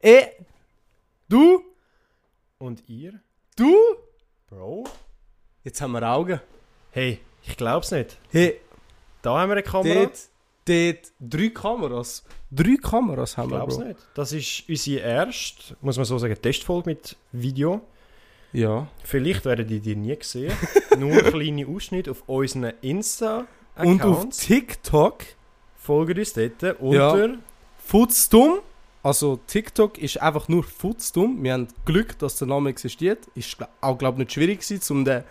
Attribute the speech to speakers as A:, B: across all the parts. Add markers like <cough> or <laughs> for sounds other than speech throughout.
A: eh, du,
B: Und ihr?
A: du.
B: Bro?
A: Jetzt haben wir Augen.
B: Hey, ich glaub's nicht.
A: Hey,
B: Da haben wir eine Kamera.
A: dort, dort, drei Kameras. Drei Kameras haben
B: Ich
A: wir,
B: glaub's
A: Bro.
B: nicht. Das ist unsere erste, muss man so sagen, Testfolge mit Video.
A: Ja.
B: Vielleicht werden die dir
A: <laughs>
B: nie gesehen. Nur kleine Ausschnitte auf unseren
A: Und auf
B: Insta-Accounts.
A: TikTok,
B: Folgt uns dort unter.
A: Futzdumm. Also TikTok ist einfach nur Futzdumm. Wir haben Glück, dass der Name existiert. Ist gl- auch, glaube ich, nicht schwierig gewesen, um den zu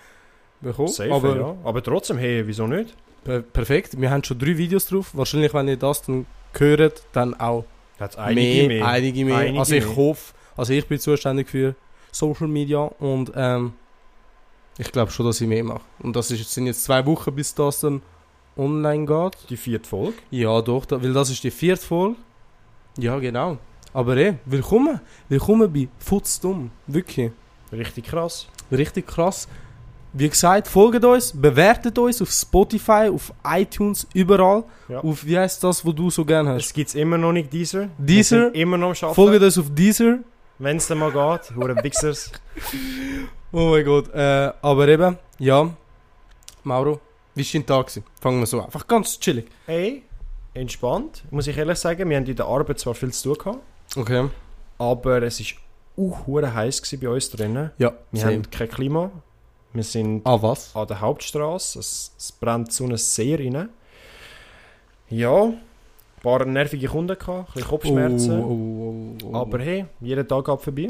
A: bekommen.
B: Safe,
A: Oh, aber
B: aber, ja. aber trotzdem, hey, wieso nicht?
A: per perfekt. Wir haben schon drei Videos drauf. Wahrscheinlich, wenn ihr das dann hört, dann auch
B: Hat einige mehr.
A: Einige mehr.
B: Einige
A: also ich
B: mehr.
A: hoffe, also ich bin zuständig für Social Media und ähm, ich glaube schon, dass ich mehr mache. Und das ist, sind jetzt zwei Wochen, bis das dann online geht.
B: Die vierte Folge.
A: Ja, doch, da, weil das ist die vierte Folge. Ja, genau. Aber eh, willkommen. Willkommen bei Futzdumm. Wirklich.
B: Richtig krass.
A: Richtig krass. Wie gesagt, folgt uns, bewertet uns auf Spotify, auf iTunes, überall.
B: Ja.
A: Auf, wie heißt das, wo du so gerne hast?
B: Es gibt immer noch nicht Deezer. Wir
A: Deezer.
B: sind Immer noch am Schaffen.
A: Folgt uns auf Deezer.
B: Wenn es dann mal geht. Hure Wichsers.
A: Oh mein Gott. Äh, aber eben, ja. Mauro, wie war dein Tag? gewesen? Fangen wir so an. Einfach ganz chillig.
B: Hey, entspannt. Muss ich ehrlich sagen, wir haben in der Arbeit zwar viel zu tun gehabt,
A: Okay.
B: aber es war auch hure heiß gewesen bei uns drinnen.
A: Ja,
B: Wir
A: same.
B: haben kein Klima. Wir sind
A: Ah, was?
B: an der Hauptstraße. Es, es brennt so eine See rein. Ja, ein paar nervige Kunden gehabt, ein bisschen Kopfschmerzen.
A: Oh, oh, oh, oh.
B: Aber hey, jeder Tag geht vorbei.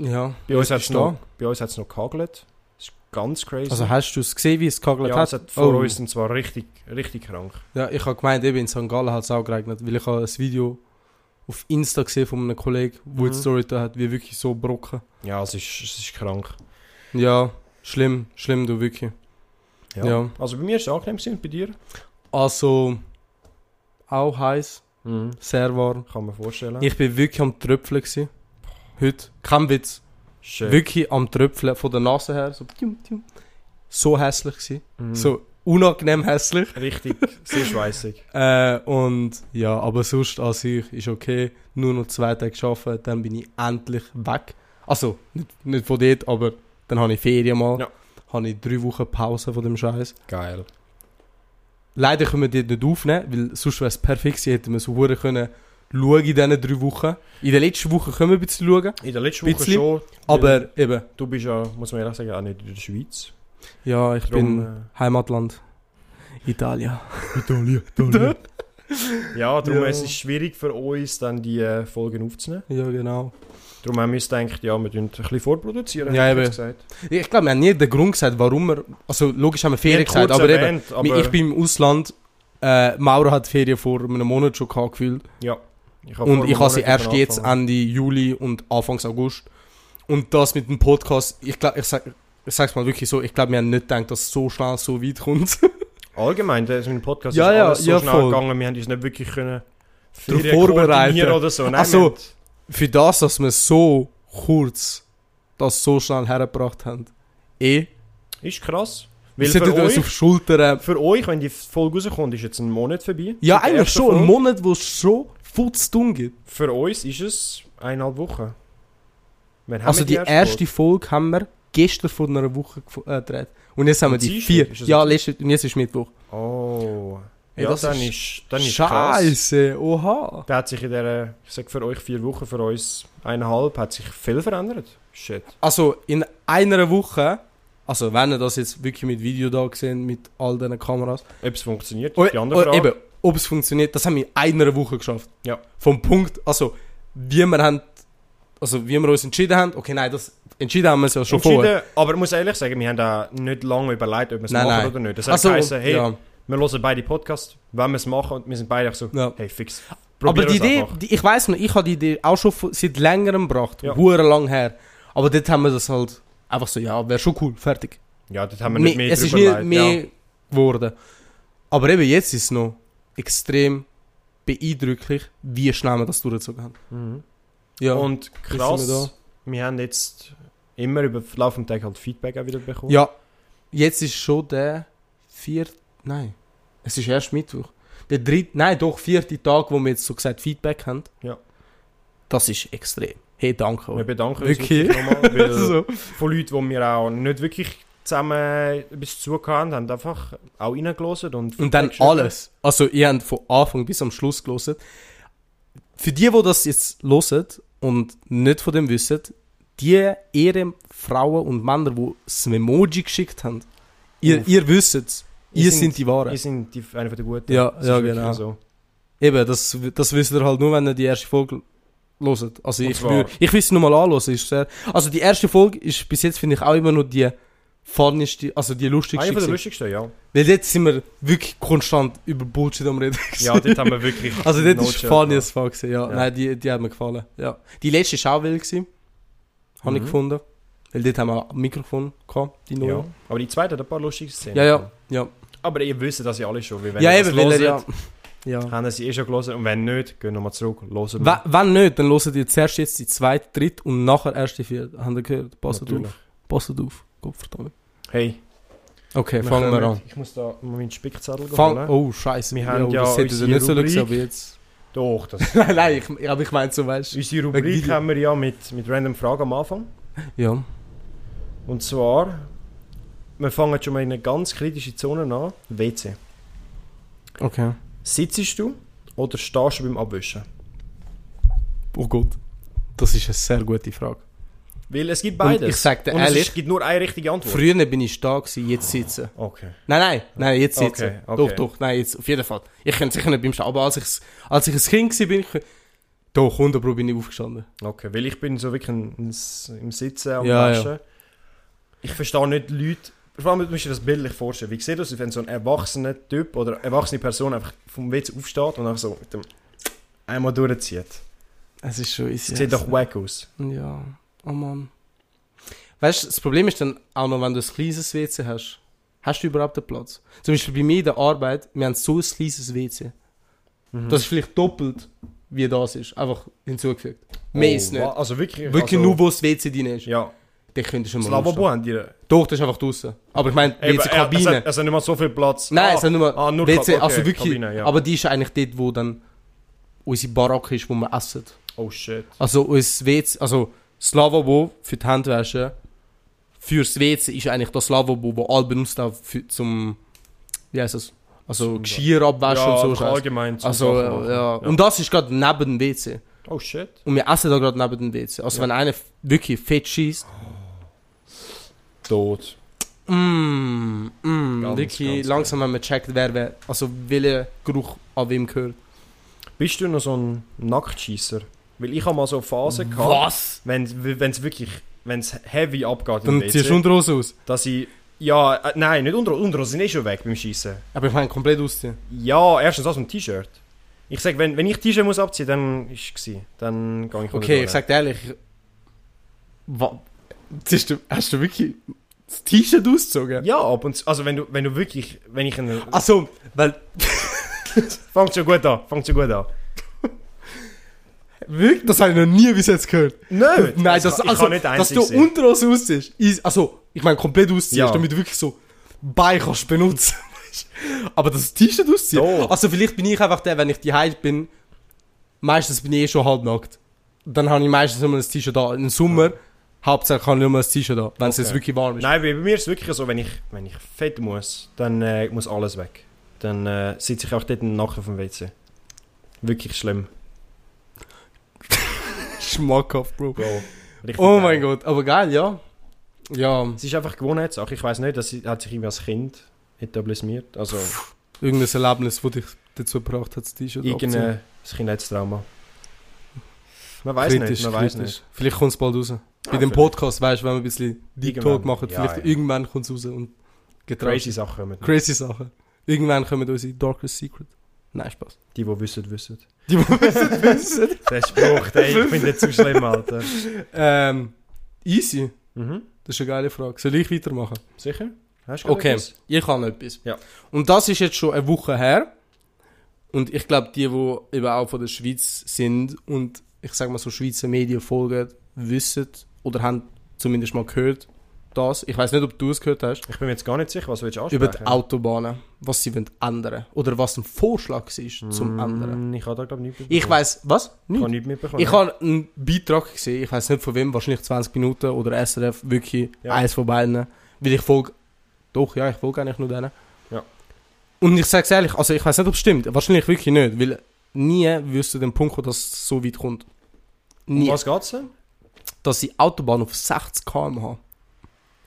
A: Ja.
B: Bei uns
A: jetzt
B: hat es
A: bist
B: noch,
A: du da.
B: bei uns hat's noch gehagelt. Das ist ganz crazy.
A: Also hast du es gesehen, wie es gehagelt
B: ja,
A: hat?
B: es hat vor
A: Oh.
B: uns und zwar richtig, richtig krank.
A: Ja, ich habe gemeint, eben in St. Gallen hat es auch geregnet, weil ich habe ein Video auf Insta gesehen von einem Kollegen, wo die
B: Mhm.
A: Story da hat, wie wirklich so brocken.
B: Ja, es ist, es ist krank.
A: Ja, schlimm, schlimm, du wirklich. Ja.
B: Also bei mir ist es angenehm gewesen, bei dir.
A: Also, auch heiß, sehr warm.
B: Kann man vorstellen.
A: Ich bin wirklich am Tröpfeln gewesen. Heute, kein Witz,
B: Schön.
A: wirklich am Tröpfeln, von der Nase her, so, tium, tium. so hässlich gewesen.
B: Mhm.
A: So unangenehm hässlich.
B: Richtig, sehr schweißig.
A: Äh, und ja, aber sonst an sich ist okay. Nur noch zwei Tage arbeiten, dann bin ich endlich weg. Also, nicht, nicht von dort, aber dann habe ich Ferien mal.
B: Ja.
A: Habe ich drei Wochen Pause von dem Scheiß.
B: Geil.
A: Leider können wir dort nicht aufnehmen, weil sonst wäre es perfekt gewesen, hätten wir so hure können schauen in diesen drei Wochen. In der letzten Woche können wir ein bisschen schauen,
B: In der letzten Woche
A: Bisschen,
B: schon.
A: aber eben,
B: Du bist ja, muss man ehrlich sagen, auch nicht in der Schweiz.
A: ja, ich bin
B: Drum, äh,
A: Heimatland. Italien.
B: Italien, Italien. äh, ja, darum
A: Ja.
B: es ist schwierig für uns, dann die äh, Folgen aufzunehmen.
A: Ja, genau.
B: Darum haben wir uns gedacht, ja, wir tun ein bisschen vorproduzieren.
A: Ja,
B: hätte ich
A: eben.
B: jetzt gesagt.
A: Ich glaube, wir haben nie den Grund gesagt, warum wir. Also, logisch haben wir Ferien
B: Wir haben
A: gesagt,
B: kurz
A: aber eben.
B: erwähnt, aber
A: ich bin im Ausland. Äh, Mauro hat Ferien vor einem Monat schon gehabt, gefühlt.
B: ja, ich habe vor
A: Und
B: einem
A: ich habe sie
B: Monat
A: erst
B: damit
A: jetzt
B: angefangen.
A: Ende Juli und Anfangs August. Und das mit dem Podcast, ich glaube, ich, sag, ich sag's mal wirklich so, ich glaube, wir haben nicht gedacht, dass es so schnell so weit kommt. <laughs>
B: Allgemein, der ist mein Podcast
A: Ja,
B: ist
A: ja,
B: alles so
A: ja,
B: schnell
A: voll.
B: gegangen, wir haben uns nicht wirklich können
A: Darauf
B: Ferien
A: vorbereiten.
B: koordinieren oder so. Nein,
A: Ach so.
B: wir haben-
A: Für das, dass wir so kurz das so schnell hergebracht haben. Eh.
B: Ist krass. Weil
A: Wir
B: für
A: sollten uns auf
B: euch,
A: Schultern.
B: für euch, wenn die Folge rauskommt, ist jetzt ein Monat vorbei.
A: Ja,
B: Seit der
A: eigentlich
B: ersten
A: schon. Ein
B: Folge.
A: Monat, wo es schon Futztun gibt.
B: Für uns ist es eineinhalb Wochen. Wir haben
A: Also die erste Folge haben wir gestern vor einer Woche gef- äh, gedreht. Und jetzt haben wir
B: Am
A: die
B: Dienstag?
A: vier.
B: Ist das
A: Ja,
B: jetzt-
A: letzte, und jetzt ist Mittwoch.
B: Folge. Oh.
A: Ey,
B: ja,
A: das
B: dann
A: ist
B: ist, dann ist krass.
A: Scheiße, oha.
B: Da hat sich in der, ich sag für euch vier Wochen, für uns eineinhalb, hat sich viel verändert. Shit.
A: Also in einer Woche, also wenn ihr das jetzt wirklich mit Video da gesehen, mit all diesen Kameras.
B: Ob es funktioniert,
A: Oh,
B: die andere Frage.
A: eben, ob es funktioniert, das haben wir in einer Woche geschafft.
B: Ja.
A: Vom Punkt, also wie wir haben, also wie wir uns entschieden haben, okay, nein, das entschieden haben wir es ja schon vorher.
B: Entschieden, aber ich muss ehrlich sagen, wir haben da nicht lange überlegt, ob wir es
A: Nein,
B: machen
A: nein.
B: oder nicht. Das hat
A: Also,
B: also, geheißen, hey,
A: ja,
B: wir hören beide Podcasts, wenn wir es machen und wir sind beide auch so,
A: ja.
B: hey, fix.
A: Aber
B: Probier
A: die
B: es
A: Idee,
B: einfach.
A: die, ich weiß noch, ich habe die Idee auch schon vor- seit längerem gebracht,
B: Ja.
A: hure lang her. Aber dort haben wir das halt einfach so, ja, wäre schon cool, fertig.
B: Ja, das haben wir nicht
A: Mehr-
B: mehr
A: es ist
B: drüber
A: nicht
B: überlegt,
A: mehr geworden. Aber eben jetzt ist es noch extrem beeindrucklich, wie schnell wir das durchgezogen haben.
B: Ja. Mhm.
A: Ja,
B: Und krass,
A: sind wir da.
B: wir, haben jetzt immer über den Lauf des Tages halt Feedback auch wieder bekommen.
A: ja jetzt ist schon der vierte, nein, es ist erst Mittwoch. Der dritte, nein, doch vierte Tag, wo wir jetzt so gesagt Feedback haben.
B: Ja.
A: Das ist extrem. Hey, danke.
B: Wir Also.
A: euch.
B: bedanken
A: Wirklich?
B: uns
A: <laughs>
B: nochmal, weil
A: so.
B: von Leuten, die wir auch nicht wirklich zusammen etwas zugehört haben, einfach auch reingelassen und...
A: Und dann alles. Also, ihr habt von Anfang bis am Schluss gelesen. Für die, die das jetzt hören und nicht von dem wissen, die ehre Frauen und Männer, die das Memoji geschickt haben, ihr,
B: Uff.
A: ihr wisst es.
B: Ihr
A: Ihr,
B: sind-
A: sind die Wahren.
B: Wir sind die, einer von den Guten.
A: Ja,
B: Das ist
A: ja,
B: wirklich
A: genau.
B: So.
A: Eben, das, das wisst ihr halt nur, wenn ihr die erste Folge hört. Also
B: Und
A: ich,
B: zwar-
A: würd- ich will es nochmal anhören. Ist sehr, also die erste Folge ist bis jetzt, finde ich, auch immer nur die funnieste, also die lustigste.
B: Einer von den
A: gewesen.
B: lustigsten,
A: <laughs>
B: Ah, ja.
A: Weil jetzt sind wir wirklich konstant über Bullshit am Reden.
B: Ja, dort haben wir wirklich...
A: Also das
B: no
A: ist
B: joke,
A: funny
B: ja.
A: as fuck. gewesen, Ja.
B: Ja.
A: Nein, die, die hat mir gefallen. Ja. Die letzte war auch wild. gewesen. Habe ich
B: Mhm.
A: gefunden. Weil dort haben wir ein Mikrofon gehabt, die neue.
B: Ja. Aber die zweite hat ein paar lustige Szenen.
A: Ja, ja, ja.
B: Aber ihr wisst das ja alle schon, wie wenn
A: Ja,
B: ihr das
A: eben, weil er
B: hört,
A: ja... ja.
B: haben sie eh schon gelesen und wenn nicht, gehen nochmal zurück, hören
A: We- Wenn nicht, dann hört ihr zuerst jetzt die zweite, dritte und nachher erst die vierte. Habt ihr gehört? Passt
B: Natürlich.
A: auf. Passt auf. Gottverdammt.
B: Hey,
A: Okay, fangen wir
B: kommen-
A: an.
B: Ich muss da mal meinen Spickzettel
A: Fang
B: holen.
A: oh, scheiße.
B: Wir haben ja
A: das hätte ich
B: unsere
A: nicht so
B: Rubrik.
A: aber jetzt... <laughs>
B: Doch, das
A: nein, nein, ich, aber ich meine so, weißt du.
B: Unsere
A: Wegen
B: Rubrik
A: Video.
B: haben wir ja mit, mit random Fragen am Anfang.
A: Ja.
B: Und zwar, wir fangen schon mal in eine ganz kritische Zone an. WC.
A: Okay.
B: Sitzest du oder stehst du beim Abwischen?
A: Oh Gott. Das ist eine sehr gute Frage.
B: Weil es gibt beides.
A: Und ich sag dir
B: Und es ist-
A: ehrlich-
B: gibt nur eine richtige Antwort.
A: Früher bin ich da, gewesen, jetzt sitzen.
B: okay.
A: Nein, nein, nein, jetzt sitzen.
B: Okay, okay.
A: Doch, doch, nein, jetzt auf jeden Fall. Ich könnte sicher nicht beim Stehen, aber als ich, als ich ein Kind war, bin ich... Doch, 100% bin ich aufgestanden.
B: okay. Weil ich bin so wirklich ein, ein, S- im Sitzen am
A: Ja, ja.
B: Waschen. Ich verstehe nicht Leute... Vor allem, du musst dir das bildlich vorstellen. Wie sieht das aus, wenn so ein erwachsener Typ oder erwachsene Person einfach vom WC aufsteht und einfach so mit dem einmal durchzieht?
A: Es ist schon...
B: Das sieht doch wack aus.
A: Ja, oh Mann. Weißt du, das Problem ist dann auch noch, wenn du ein kleines WC hast. Hast du überhaupt den Platz? Zum Beispiel bei mir in der Arbeit, wir haben so ein kleines WC.
B: Mhm.
A: Das ist vielleicht doppelt, wie das ist. Einfach hinzugefügt. Mehr ist nicht.
B: wa- Also wirklich.
A: Wirklich
B: also,
A: nur, wo das WC drin ist.
B: Ja,
A: Dann könntest du
B: das
A: mal aufstehen.
B: Lavabo haben die.
A: Doch, das ist einfach draußen. Aber ich meine,
B: Eben, äh, Es
A: WC-Kabine.
B: hat, es hat nicht mal so viel Platz.
A: Nein, es sind nur,
B: ah, nur
A: WC,
B: Kab-
A: also
B: okay,
A: wirklich.
B: Kabine, ja.
A: Aber die ist eigentlich dort, wo dann unsere Baracke ist, wo wir essen.
B: Oh shit.
A: Also unser WC, also das Lavabo für die Handwäsche, fürs WC ist eigentlich das Lavabo, wo alle benutzt haben für, zum, wie heißt das, also
B: Zum-
A: Geschirr abwaschen
B: ja,
A: und so. Scheiß.
B: allgemein. zum
A: Also
B: Sachen machen.
A: ja. und das ist gerade neben dem WC
B: Oh shit.
A: und wir essen da gerade neben dem WC. Also
B: Ja.
A: wenn einer wirklich fett schießt,
B: Tot.
A: mm, mm,
B: Ganz,
A: wirklich
B: ganz
A: langsam haben wir checkt, wer wer, also welcher Geruch an wem gehört.
B: Bist du noch so ein Nacktschießer? Weil ich habe mal so eine Phase gehabt,
A: Was?
B: wenn es wirklich, wenn es heavy abgeht im
A: Dann ziehst du
B: WC,
A: Unterhose aus.
B: dass ich, ja, äh, nein, nicht unter, unter sind eh schon weg beim Schießen.
A: Aber ich meine komplett ausziehen.
B: Ja, erstens das und T-Shirt. Ich sag, wenn, wenn ich T-Shirt muss abziehen, dann ist es gewesen. Dann gehe ich
A: Okay,
B: unter
A: ich sag dir ehrlich. Wa, hast, du, hast du wirklich das T-Shirt ausgezogen?
B: Ja, ab und zu. Also wenn du, wenn du wirklich, wenn ich einen...
A: Also, weil
B: Fangt schon gut an, fangt schon gut an.
A: wirklich, das habe ich noch nie bis jetzt gehört.
B: Nein,
A: Nein, das,
B: ich
A: also,
B: kann nicht
A: dass
B: einzig
A: du
B: sein.
A: unter uns ausziehst, ist, also, ich meine komplett ausziehst,
B: Ja.
A: damit du wirklich so Bein kannst benutzen. <laughs> weisst du? Aber das T-Shirt ausziehen.
B: Doch.
A: Also vielleicht bin ich einfach der, wenn ich die Heid bin, meistens bin ich eh schon halbnackt. Dann habe ich meistens immer ein T-Shirt da. Im Sommer, hauptsächlich habe ich immer ein T-Shirt da, wenn es
B: Okay.
A: jetzt wirklich warm ist.
B: Nein, bei bei mir ist es wirklich so, wenn ich, wenn ich fett muss, dann äh, muss alles weg. Dann äh, sitze ich auch dort nackt auf dem WC. Wirklich schlimm.
A: Schmackhaft, Bro.
B: Bro. Richtig
A: Oh
B: geil.
A: mein Gott, aber geil, ja. Ja,
B: Es ist einfach Gewohnheitssache. Ich weiß nicht, das hat sich irgendwie als Kind etabliert. Also
A: irgendein Erlebnis, das dich dazu gebracht hat, das T-Shirt abzuziehen.
B: irgendein Kindheitstrauma. Man weiß nicht, man weiß nicht.
A: Vielleicht kommt es bald raus. Bei dem
B: vielleicht.
A: Podcast, weißt du, wenn wir ein bisschen Deep
B: Irgendwann.
A: Talk machen,
B: Ja,
A: vielleicht
B: ja.
A: irgendwann kommt es raus und getragen.
B: Crazy Sachen kommen.
A: Crazy Sachen. Irgendwann kommen unsere Darkest Secret. Nein, Spaß.
B: Die, die wissen, wissen.
A: Die, die wissen, wissen.
B: <laughs> Der Spruch, ey, ich bin nicht zu schlimm, Alter.
A: Ähm, easy.
B: Mhm.
A: Das ist eine geile Frage. Soll ich weitermachen?
B: Sicher? Hast gerade
A: Okay,
B: etwas?
A: ich habe etwas.
B: Ja.
A: Und das ist jetzt schon eine Woche her. Und ich glaube, die, die eben auch von der Schweiz sind und ich sage mal so Schweizer Medien folgen, wissen oder haben zumindest mal gehört, das, ich weiß nicht, ob du es gehört hast,
B: Ich bin mir jetzt gar nicht sicher, was willst du
A: über
B: ansprechen?
A: die Autobahnen, was sie wollen ändern Oder was ein Vorschlag ist zum Ändern.
B: Mm, Ich habe da glaube ich nichts
A: Ich weiß was?
B: Ich
A: Nicht.
B: habe nichts mitbekommen.
A: Ich habe einen Beitrag gesehen, ich weiß nicht von wem, wahrscheinlich 20 Minuten oder SRF, wirklich
B: Ja.
A: eins von beiden. Weil ich folge. Doch, ja, ich folge eigentlich nur denen.
B: Ja.
A: Und ich sage es ehrlich, also ich weiß nicht, ob es stimmt. Wahrscheinlich wirklich nicht, weil nie wirst du den Punkt kommen, dass es so weit kommt.
B: um
A: Nie.
B: was geht es denn?
A: Dass sie Autobahn auf 60 km/h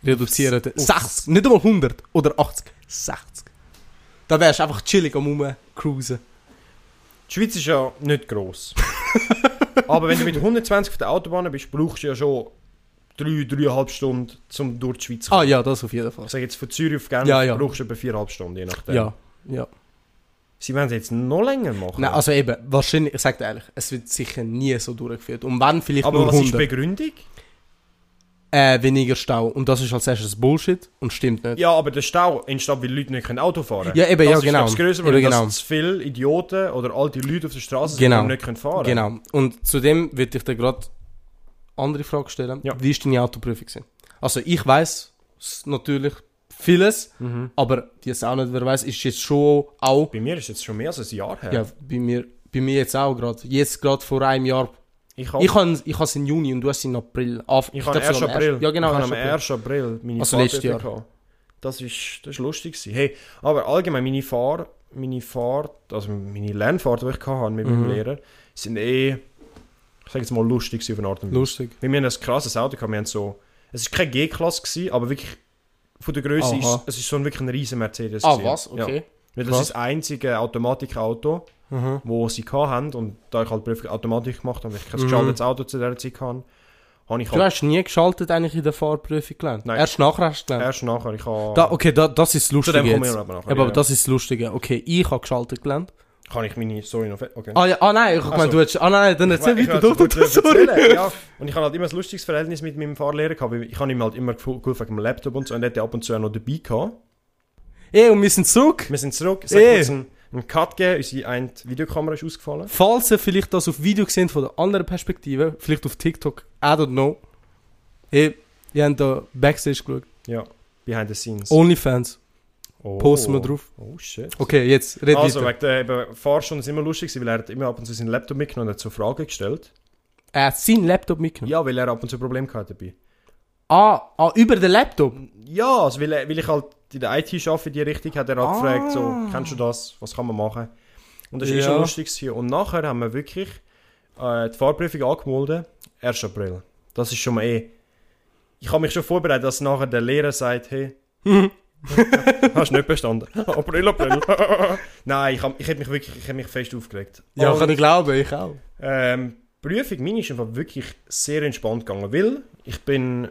A: reduzieren.
B: Auf-
A: 60, nicht einmal 100 oder 80, 60. Da wärst du einfach chillig am rumcruisen.
B: Die Schweiz ist ja
A: <laughs>
B: nicht gross. Aber wenn du mit 120 auf der Autobahn bist, brauchst du ja schon 3, 3,5 Stunden, um durch die Schweiz zu kommen.
A: Ah ja, das auf jeden Fall.
B: Ich sage jetzt von Zürich auf Genf
A: Ja, ja.
B: brauchst du etwa 4,5 Stunden, je nachdem.
A: Ja, ja.
B: Sie werden es jetzt noch länger machen.
A: Nein, also eben, wahrscheinlich, ich sage dir ehrlich, es wird sicher nie so durchgeführt. Und wenn, vielleicht
B: Aber
A: nur
B: was ist die
A: 100.
B: Begründung?
A: Äh, weniger Stau. Und das ist als erstes Bullshit und stimmt nicht.
B: Ja, aber der Stau entsteht, weil Leute nicht können Auto fahren können.
A: Ja, eben,
B: das
A: ja,
B: ist
A: genau.
B: Das größere
A: Eben,
B: Problem,
A: genau.
B: dass zu viele Idioten oder alte Leute auf der Straße
A: Genau.
B: sind, die nicht können fahren können.
A: genau. Und zudem würde ich dir gerade andere Frage stellen.
B: Ja.
A: Wie ist deine Autoprüfung? gewesen? Also ich weiß natürlich vieles,
B: Mhm.
A: aber die es auch nicht, wer weiß, ist jetzt schon auch,
B: Bei mir ist jetzt schon mehr als ein Jahr her.
A: ja, bei mir, bei mir jetzt auch gerade, jetzt gerade vor einem Jahr.
B: Ich habe
A: Ich habe ich has in Juni und du hast in April. Af-
B: Oh. ich
A: glaub
B: habe
A: sogar
B: erst
A: am
B: April.
A: ersten- Ja genau,
B: ich habe
A: erst
B: am
A: April.
B: 1. April meine
A: Also letztes
B: Fahrt gehabt. Das ist, das ist lustig gewesen. Hey, aber allgemein meine Fahr, meine Fahrt, also meine Lernfahrt, die ich gehabt habe mit meinem
A: Mhm.
B: Lehrer, sind eh, ich sage jetzt mal lustig gewesen auf eine Art und Weise.
A: Lustig.
B: Weil wir haben ein krasses Auto gehabt. Wir haben so, es war keine G-Klasse, gewesen, aber wirklich von der Größe
A: Aha.
B: ist es ist so ein wirklich ein riesen Mercedes.
A: Ah
B: gewesen.
A: was?
B: Ja.
A: Okay.
B: Weil das
A: Krass.
B: ist das einzige Automatikauto,
A: Mhm.
B: wo sie gehabt haben und da ich halt die Prüfung automatisch gemacht habe, weil ich kein
A: Mhm.
B: geschaltetes Auto zu dieser Zeit hatte, habe ich
A: Du
B: halt
A: hast nie geschaltet eigentlich in der Fahrprüfung gelernt?
B: Nein.
A: Erst nachher hast du gelernt?
B: erst nachher, ich habe...
A: Ähm, Da, okay, da, das ist das
B: zu
A: Lustige
B: dem kommen
A: jetzt.
B: wir
A: Aber,
B: aber nachher.
A: aber
B: ja.
A: das ist das Lustige. Okay, ich habe geschaltet gelernt.
B: Kann ich meine Story noch... fe- Okay.
A: Ah, ja, ah nein, ich meine,
B: so.
A: du hast... Ah nein, dann erzähl
B: Also, Ich
A: weiter.
B: wollte
A: Doch, doch, doch,
B: kurz
A: sorry.
B: erzählen, Ja. Und ich habe halt immer ein lustiges Verhältnis mit meinem Fahrlehrer gehabt, weil ich habe ihm halt immer gefu- geholfen mit dem Laptop und so und er hat ja ab und zu auch noch dabei gehabt.
A: <laughs> Ey, und wir sind zurück.
B: Wir sind zurück, es hat
A: Eh.
B: kurz einen, einen Cut gegeben, unsere eine Videokamera ist ausgefallen.
A: Falls ihr vielleicht das auf Video seht von der anderen Perspektive, vielleicht auf TikTok, I don't know. Ey, ihr habt da Backstage geschaut.
B: Ja, behind the scenes.
A: Onlyfans,
B: Oh.
A: posten wir drauf.
B: Oh shit.
A: Okay, jetzt, red
B: Also,
A: weiter.
B: wegen der eben, Fahrstunde ist immer lustig, gewesen, weil er hat immer ab und zu seinen Laptop mitgenommen und hat so Fragen gestellt.
A: Er hat seinen Laptop mitgenommen.
B: Ja, weil er ab und zu Probleme hatte dabei.
A: Ah, ah, über den Laptop?
B: Ja, also weil, er- weil ich halt in der IT arbeite, in die Richtung, hat er halt
A: Ah.
B: gefragt, so, kennst du das, was kann man machen? Und das war eh
A: Ja.
B: schon lustig. Gewesen. Und nachher haben wir wirklich äh, die Fahrprüfung angemeldet, 1. April. Das ist schon mal eh... Ich habe mich schon vorbereitet, dass nachher der Lehrer
A: <laughs>
B: sagt, hey, hast du nicht bestanden. <laughs> April, April. Nein, ich, hab, ich hätte mich wirklich ich hätte mich fest aufgeregt.
A: Ja,
B: Und-
A: kann ich glauben, ich auch.
B: ähm, die Prüfung, meine ist einfach wirklich sehr entspannt gegangen, weil ich bin,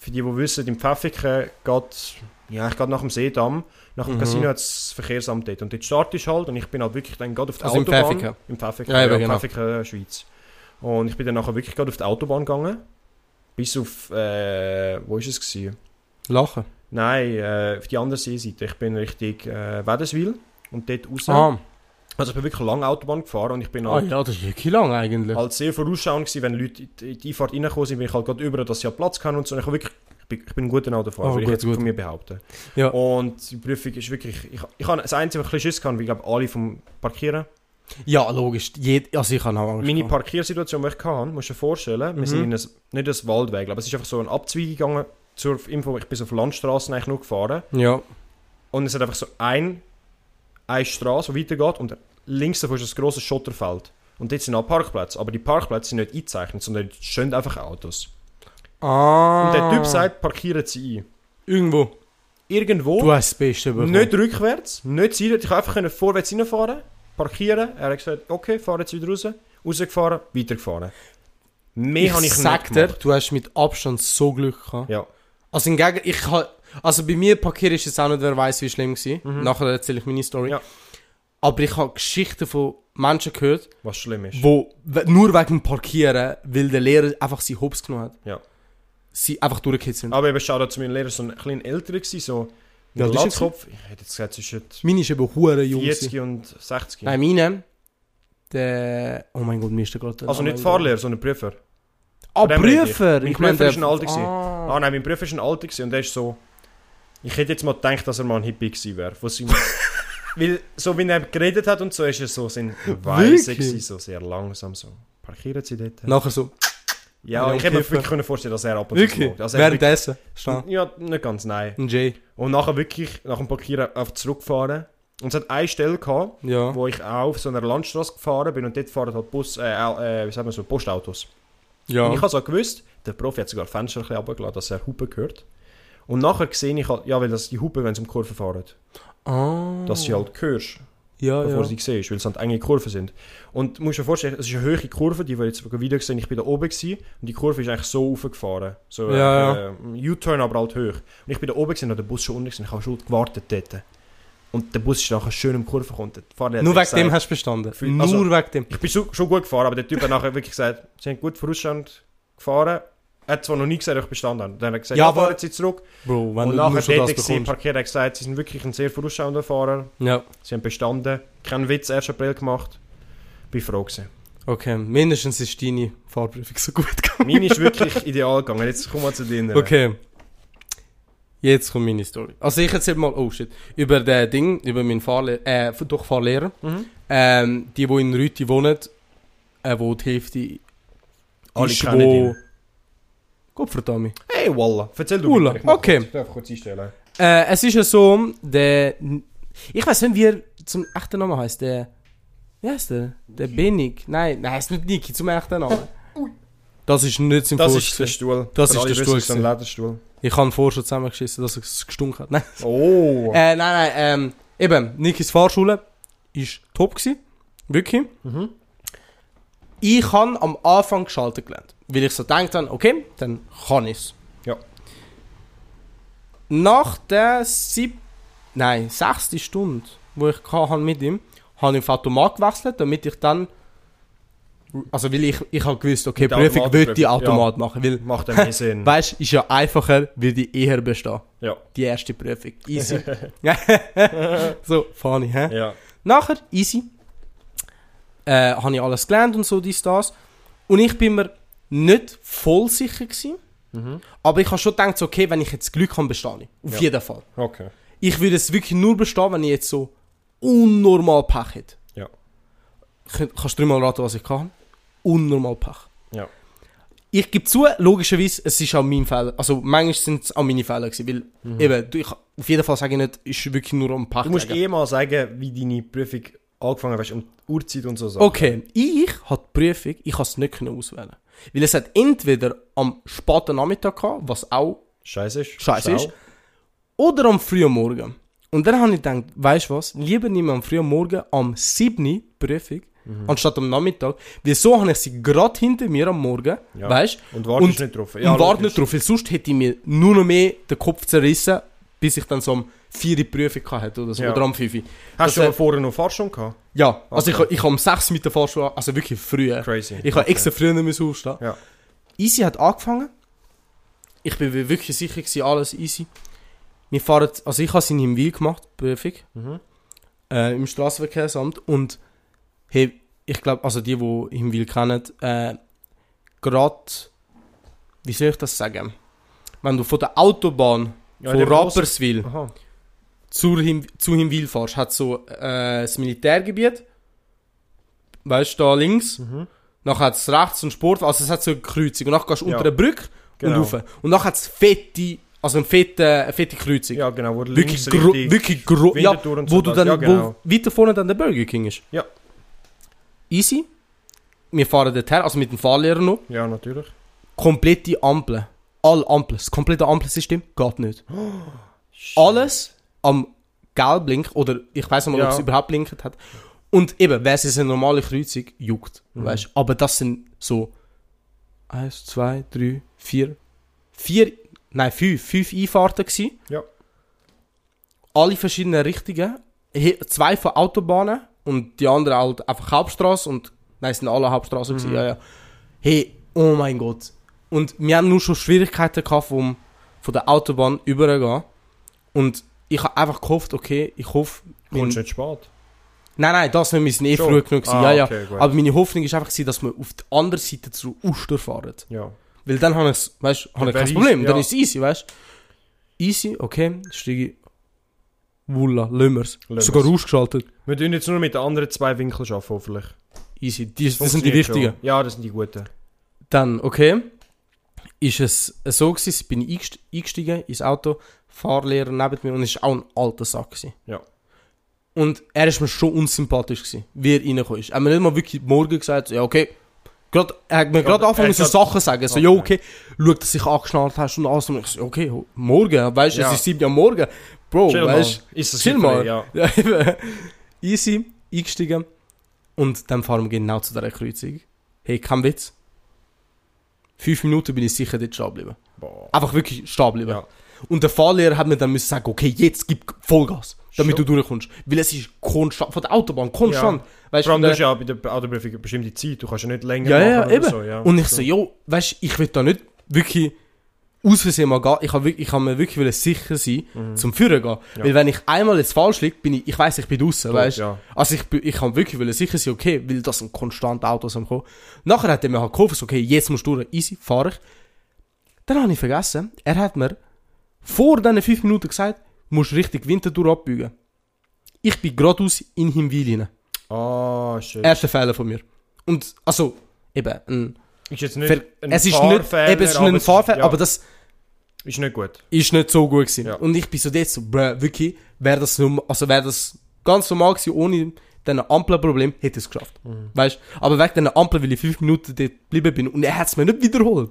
B: für die, die wissen, im Pfäffiken geht, ja, ich gehe nach dem Seedamm, nach dem
A: Mhm.
B: Casino hat das Verkehrsamt dort und dort starte ich halt und ich bin halt wirklich dann gerade auf der
A: Also im
B: Autobahn.
A: Pfäffiken?
B: Im Pfäffiken,
A: Ja,
B: ja,
A: eben,
B: im
A: genau.
B: Pfäffiken, äh, Schweiz. Und ich bin dann nachher wirklich gerade auf die Autobahn gegangen, bis auf, äh, wo ist es gewesen?
A: Lachen.
B: Nein, äh, auf die andere Seeseite. Ich bin richtig äh, Wädenswil und dort raus.
A: Ah,
B: Also ich bin wirklich lange Autobahn gefahren und ich bin
A: ah
B: halt
A: ja, das ist wirklich lang eigentlich.
B: halt sehr vorausschauend gewesen, wenn Leute in die- in die Einfahrt reingekommen sind, bin ich halt gerade überall, dass sie halt Platz haben und so. Und Ich, hab wirklich, ich, bin, ich bin ein guter Autofahrer,
A: Oh,
B: würde ich
A: gut,
B: jetzt
A: gut.
B: von mir behaupten.
A: Ja.
B: Und die Prüfung ist wirklich... Ich, ich habe das Einzige, was ich ein bisschen Schiss hatte, weil ich glaube, alle vom Parkieren...
A: Ja, logisch. Jed also ich habe auch Angst.
B: Meine
A: gehabt.
B: Parkiersituation, die ich hatte, musst du dir vorstellen,
A: Mhm.
B: wir sind in ein, nicht ein Waldweg, aber es ist einfach so ein Abzweig gegangen, zur Info, ich bin so auf Landstraßen eigentlich nur gefahren.
A: ja.
B: Und es hat einfach so ein, eine Straße, die weitergeht und links davon ist ein grosses Schotterfeld. Und dort sind auch Parkplätze, aber die Parkplätze sind nicht eingezeichnet, sondern dort stehen einfach Autos.
A: Ah.
B: Und der Typ sagt, parkieren Sie ein.
A: Irgendwo. Du
B: Irgendwo,
A: hast das Beste bekommen.
B: nicht rückwärts, nicht seitwärts. Ich kann einfach können vorwärts reinfahren, parkieren. Er hat gesagt, okay, fahren jetzt wieder raus. Rausgefahren, weitergefahren. Mehr habe ich
A: sag
B: nicht
A: dir,
B: gemacht.
A: du hast mit Abstand so Glück gehabt.
B: Ja.
A: Also im Gegenteil, ich ha- Also bei mir parkieren ist jetzt auch nicht, wer weiß, wie schlimm war. Nachher erzähle ich meine Story.
B: Mhm. Ja.
A: Aber ich habe Geschichten von Menschen gehört,
B: Was schlimm ist.
A: wo we- nur wegen dem Parkieren, weil der Lehrer einfach sie Hops genommen hat,
B: Ja.
A: sie einfach durchgehetzt sind.
B: Aber eben schaut zu meinem Lehrer, so ein kleiner älterer gewesen, so
A: Wie
B: mit
A: alt ist er
B: Glatzkopf. Ich hätte jetzt gesagt, zwischen
A: Meine ist eben hure jung. gewesen.
B: 40 und 60.
A: Nein, meine, der. Oh mein Gott, mir ist der gerade. der
B: also
A: Name
B: nicht
A: eingefallen.
B: Fahrlehrer, sondern Prüfer.
A: Ah,
B: dem rede ich.
A: Prüfer!
B: Mein
A: Ich meine,
B: Prüfer ist
A: der-
B: ein Alter gewesen.
A: Ah.
B: Ah nein, mein Prüfer war ein Alter gewesen und der ist so... Ich hätte jetzt mal gedacht, dass er mal ein Hippie gewesen wäre.
A: <laughs>
B: Von seinem- Weil, so wie er geredet hat und so, ist er so sein Weise
A: Wirklich?
B: gewesen, so sehr langsam so. Parkieren Sie dort.
A: Nachher so.
B: Ja,
A: Ja,
B: ich hätte mir
A: Kiffer.
B: wirklich können vorstellen, dass er ab und zu
A: Wirklich?
B: smokt. Also er
A: Währenddessen. Stand.
B: wirklich- Ja, nicht ganz, nein.
A: Ein Jay.
B: Und nachher wirklich, nach dem Parkieren, auf zurückfahren. Und es hat eine Stelle gehabt,
A: Ja.
B: wo ich auch auf so einer Landstraße gefahren bin und dort fahren halt Bus, äh, äh, wie sagen wir so, Postautos.
A: Ja.
B: Und ich habe so gewusst, der Profi hat sogar Fenster ein bisschen runtergelassen, dass er Hupen gehört. Und nachher sehe ich halt, ja, weil das die Hupen, wenn sie um die Kurve fahren,
A: Ah.
B: dass sie halt hörst,
A: Ja,
B: bevor
A: Ah, ja.
B: du sie siehst, weil es halt enge Kurven sind. Und du musst dir vorstellen, es ist eine hohe Kurve, die wir jetzt sogar wieder gesehen ich bin da oben gewesen, und die Kurve ist eigentlich so aufgefahren. So äh,
A: Ja,
B: äh, U-Turn, aber halt hoch. Und ich bin da oben gewesen, und der Bus schon unten gewesen, ich habe schon gewartet dort. Und der Bus ist nachher schön im Kurve gekommen. Der Fahrer hat
A: Nur wegen
B: gesagt-
A: dem hast du bestanden.
B: Gefühl-
A: Nur
B: also-
A: wegen dem.
B: ich bin so, schon gut gefahren, aber der Typ hat nachher wirklich gesagt, sie haben gut vorausschauend gefahren. Er hat zwar noch nie gesagt, dass ich bestanden habe. Dann hat er gesagt,
A: Ja,
B: ja,
A: aber-
B: fahren Sie zurück.
A: Bro, wenn
B: und
A: du nur
B: nachher
A: schon das
B: dort war im
A: bekommst.
B: Parkier, hat er gesagt, sie sind wirklich ein sehr vorausschauender Fahrer.
A: Ja,
B: Sie haben bestanden. Kein Witz, 1. April gemacht. Bin froh gewesen.
A: okay. Mindestens ist deine Fahrprüfung so gut gegangen.
B: Meine
A: <laughs>
B: ist wirklich ideal gegangen. Jetzt kommen wir zu deiner.
A: Okay. Jetzt kommt meine Story. Also ich erzähl mal, oh shit, über das Ding, über meinen Fahrlehrer, äh, doch Fahrlehrer.
B: Mhm.
A: Ähm, die, die in Rüti wohnen, äh, wo die Hälfte
B: Alle
A: ist,
B: kennen
A: wo...
B: ihn.
A: Gott verdammt.
B: Hey, Walla. Erzähl du
A: Walla,
B: weiter. Ich mach
A: okay.
B: Kurz, ich darf kurz einstellen.
A: Äh, es ist ja so, der... Ich weiß nicht, wie er zum echten Namen heißt. Der... Wie heißt der? Der Benig. Nein, nein, es ist nicht Niki, zum echten Namen. Das ist nicht sein
B: Das
A: Fuß
B: ist der
A: gewesen.
B: Stuhl.
A: Das
B: Für
A: ist
B: alle
A: der
B: wissen,
A: Stuhl
B: es ist ein
A: gewesen.
B: Lederstuhl.
A: Ich habe vorher schon zusammengeschissen, dass es gestunken hat. Nein.
B: Oh.
A: Äh, nein, nein, ähm, eben, Nikis Fahrschule ist top gewesen. Wirklich.
B: Mhm.
A: Ich habe am Anfang geschaltet gelernt, weil ich so gedacht habe, okay, dann kann ich es.
B: Ja.
A: Nach der sieb... nein, sechsten Stunde, wo ich hatte mit ihm, habe ich auf Automat gewechselt, damit ich dann... Also, weil ich, ich habe gewusst, okay,
B: Mit der
A: Prüfung wird die
B: Automatprüfung,
A: Automat machen, weil,
B: Macht ja mehr Sinn.
A: weißt ist ja einfacher, würde ich eher bestehen
B: ja.
A: die erste Prüfung.
B: <laughs>
A: Easy. <laughs> so, funny, hä?
B: Ja.
A: Nachher, easy. Äh, habe ich alles gelernt und so, dies, das. Und ich bin mir nicht voll sicher gewesen.
B: Mhm.
A: Aber ich habe schon gedacht, so, okay, wenn ich jetzt Glück habe, bestehe ich. Auf
B: Ja.
A: jeden Fall.
B: Okay.
A: Ich würde es wirklich nur bestehen, wenn ich jetzt so unnormal Pech hätte.
B: Ja.
A: Kön- Kannst du dreimal raten, was ich kann? Unnormal Pech.
B: Ja.
A: Ich gebe zu, logischerweise, es ist an meinem Fehler. Also manchmal sind es an meine Fehler gewesen, weil eben, du, ich, auf jeden Fall sage ich nicht, ist wirklich nur um am Pech
B: Mhm. Du musst
A: gelegen.
B: eh mal sagen, wie deine Prüfung angefangen hast und um die Uhrzeit und so Sachen.
A: Okay, ich hatte die Prüfung, ich kann es nicht können auswählen. Weil es hat entweder am späten Nachmittag gehabt, was auch,
B: Scheiße ist.
A: Scheiße
B: Sau.
A: ist. oder am frühen Morgen. Und dann habe ich gedacht, weißt du was, lieber nehme ich am frühen Morgen am 7. Uhr Prüfung,
B: Mhm.
A: anstatt am Nachmittag. Wieso habe ich sie gerade hinter mir am Morgen,
B: Ja.
A: weißt du?
B: Und
A: Und-
B: wartest nicht drauf.
A: und warte nicht
B: logisch.
A: drauf, weil sonst hätte ich mir nur noch mehr den Kopf zerrissen, bis ich dann so am 4. Uhr Prüfung hatte oder so,
B: Ja.
A: oder am 5. Uhr.
B: Hast du
A: Das, äh,
B: aber vorher noch Fahrstunde gehabt?
A: Ja, also
B: Okay.
A: ich, ich habe um 6 Uhr mit der Fahrschule, also wirklich früh.
B: Crazy.
A: Ich habe extra früher nicht mehr aufstehen.
B: Ja.
A: Easy hat angefangen. Ich bin mir wirklich sicher, gewesen, alles easy. Wir fahren, also ich habe es in Himwil gemacht, die Prüfung,
B: Mhm.
A: äh, im Straßenverkehrsamt. Und hey, ich glaube, also die, die Himwil kennen, äh, gerade, wie soll ich das sagen? Wenn du von der Autobahn
B: Ja,
A: von
B: der große-
A: Rapperswil
B: Aha.
A: zur Him zu Himwil fährst, hat so äh, das Militärgebiet. Weißt du, da links.
B: Mhm.
A: Nachher hat es rechts und Sport, also es hat so eine Kreuzung. Und nachher gehst du
B: Ja.
A: unter eine Brücke
B: Genau.
A: und rauf. Und nachher hat es fette, also eine fette, eine fette Kreuzung.
B: Ja, genau. Wo
A: wirklich
B: links
A: gro
B: richtig
A: wirklich gro ja,
B: Winterthur und
A: wo
B: so
A: du
B: das.
A: dann,
B: Ja, genau.
A: wo weiter vorne dann der Burger King ist.
B: Ja.
A: Easy. Wir fahren dorthin, also mit dem Fahrlehrer noch.
B: Ja, natürlich.
A: Komplette Ampeln. Alle Ampeln. Das komplette Ampelsystem geht nicht.
B: <gasps>
A: alles am gelb blinkt oder ich weiß nicht mal,
B: Ja.
A: ob es überhaupt blinkt hat. Und eben, wäre es eine normale Kreuzung, juckt,
B: Mhm.
A: weißt Aber das sind so eins, zwei, drei, vier, vier, nein, fünf, fünf Einfahrten gsi.
B: Ja.
A: Alle verschiedenen Richtungen, He- zwei von Autobahnen und die anderen halt einfach Hauptstraße und nein, es sind alle Hauptstraßen
B: Mhm.
A: gsi, ja, ja. Hey, oh mein Gott. Und wir haben nur schon Schwierigkeiten gehabt, vom, von der Autobahn übergehen. Und ich habe einfach gehofft, okay, ich hoffe. Mein,
B: Kommst
A: nein,
B: nicht spät.
A: nein, das nicht, wir sind eh
B: Schon?
A: früh genug. gewesen,
B: Ah,
A: ja, ja.
B: okay, gut.
A: Aber meine Hoffnung ist einfach, gewesen, dass wir auf die andere Seite zur Uster fahren.
B: Ja.
A: Weil dann habe ich, weißt, habe ich
B: Wenn
A: kein
B: ich-
A: Problem. Dann
B: ja.
A: ist es easy, weißt Easy, okay, steige ich. Wulla, Lömmers.
B: Lömmers.
A: Sogar ausgeschaltet.
B: Wir tun jetzt nur mit den anderen zwei Winkeln arbeiten, hoffentlich.
A: Easy. Die, das sind die wichtigen.
B: Schon. Ja, das sind die guten.
A: Dann, okay, ist es so gewesen, bin ich eingest- eingestiegen ins Auto, Fahrlehrer neben mir und es war auch ein alter Sack. Gewesen.
B: Ja.
A: Und er ist mir schon unsympathisch, gewesen, wie er reingekommen ist. Er hat mir nicht mal wirklich morgen gesagt, so, ja okay, grad, er hat mir gerade
B: er
A: angefangen
B: hat
A: so
B: grad-
A: Sachen sagen, so
B: Okay.
A: ja okay, schau, dass du dich angeschnallt hast und alles. Und ich so, okay, ho- morgen, weißt du,
B: Ja.
A: es ist 7 Uhr morgen. Bro,
B: Chill mal.
A: Oh, weißt du.
B: Ist das
A: chill mal.
B: wirklich- Ja.
A: Ja, eben. <laughs> Easy, eingestiegen. Und dann fahren wir genau zu dieser Kreuzung. Hey, kein Witz. Fünf Minuten bin ich sicher dort stehen geblieben.
B: Boah.
A: Einfach wirklich stehen geblieben.
B: Ja.
A: Und der Fahrlehrer hat mir dann müssen sagen, okay, jetzt gib Vollgas, damit
B: Schon.
A: du durchkommst. Weil es ist konstant, von der Autobahn, konstant. Weißt,
B: Vor
A: von
B: allem, du hast
A: der-
B: ja bei der Autoprüfung eine bestimmte Zeit, du kannst ja nicht
A: äh,
B: länger
A: Ja, ja,
B: machen oder
A: eben.
B: so. Ja.
A: und ich so, jo, weißt du, ich will da nicht wirklich aus Versehen mal gehen. Ich habe ich hab mir wirklich wollen sicher sein, zum Führen gehen.
B: Mhm. Ja.
A: Weil wenn ich einmal jetzt falsch liege, bin ich, ich weiß ich bin draußen,
B: Tot,
A: weißt du.
B: Ja.
A: Also ich, bin- ich kann wirklich wollen sicher sein, okay, weil das sind konstant Autos am kommen. Nachher hat er mir halt geholfen, so, okay, jetzt musst du durch, easy, fahre ich. Dann habe ich vergessen, er hat mir vor diesen fünf Minuten gesagt, du musst richtig Winterthur abbiegen. Ich bin geradeaus in Himwil rein.
B: Ah, shit.
A: Erster Fehler von mir. Und, also, eben, ein,
B: ist jetzt
A: Ver-
B: nicht ein
A: es ist nicht,
B: Fahrfehler,
A: eben, es ist nicht ein Fahrfehler,
B: ja,
A: aber das
B: ist nicht gut.
A: ist nicht so gut gewesen.
B: Ja.
A: Und ich bin so dort so, bruh, wirklich, wäre das, norm- also wär das ganz normal gewesen, ohne diesen Ampelproblem, hätte ich es geschafft. Weißt Aber wegen diesen Ampel, weil ich fünf Minuten dort geblieben bin und er hat es mir nicht wiederholt.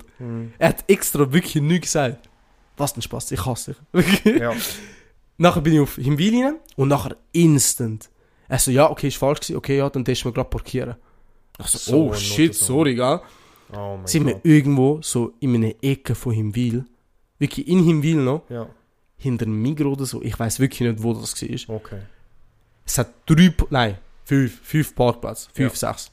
A: Er hat extra wirklich nichts gesagt. Was ein Spaß, ich hasse dich. <laughs> Wirklich.
B: <laughs> Ja.
A: Nachher bin ich auf Himwil rein und nachher instant. Er so, ja, okay, ist falsch gewesen, okay, ja, dann darfst du mir gerade parkieren. Ich so,
B: So
A: oh
B: ein
A: shit,
B: Notensohn.
A: sorry, gell
B: Oh mein
A: sind wir
B: Gott.
A: irgendwo so in einer Ecke von Himwil. Wirklich in Himwil noch,
B: Ja,
A: hinter dem Migro oder so. Ich weiß wirklich nicht, wo das war.
B: okay.
A: Es hat drei, Pa- nein, fünf, fünf Parkplätze, fünf, sechs.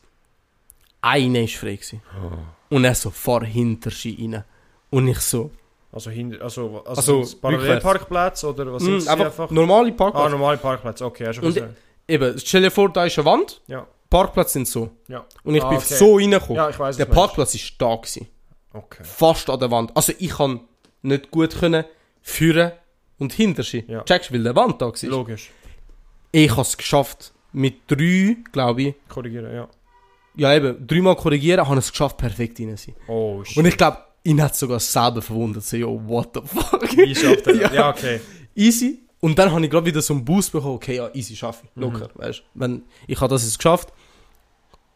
A: Einer war frei. Gewesen.
B: Ah.
A: Und er so, fahr hinter sie rein. Und ich so,
B: Also, hinter, also, also,
A: Also,
B: also Parallelparkplätze oder was
A: mm,
B: sind sie
A: einfach,
B: Also einfach?
A: normale Parkplätze.
B: Ah, normale Parkplätze, okay, hast du
A: Und-
B: gesagt.
A: Eben, stell dir vor, da ist eine Wand,
B: Ja,
A: Parkplätze sind so.
B: ja.
A: Und ich
B: Ah,
A: bin
B: okay.
A: so reingekommen.
B: Ja, ich weiß
A: Der
B: was du meinst.
A: Parkplatz war da. Gewesen.
B: Okay.
A: fast an der Wand. Also ich kann nicht gut können führen und hinter sie.
B: Ja.
A: Checkst, weil der Wand da war.
B: Logisch.
A: Ich habe es geschafft. Mit drei, glaube ich,
B: Korrigieren, ja.
A: ja eben, dreimal korrigieren, habe ich es geschafft, perfekt rein zu sein.
B: Oh, shit.
A: Und ich glaube, ihn hat sogar selber verwundert. So, yo, what the
B: Wie
A: fuck? <laughs>
B: schafft er das?
A: Ja.
B: Ja, okay.
A: easy. Und dann habe ich gerade wieder so einen Boost bekommen, okay, ja, easy, schaffe
B: Mhm.
A: ich. Locker, weißt du. Ich habe das jetzt geschafft.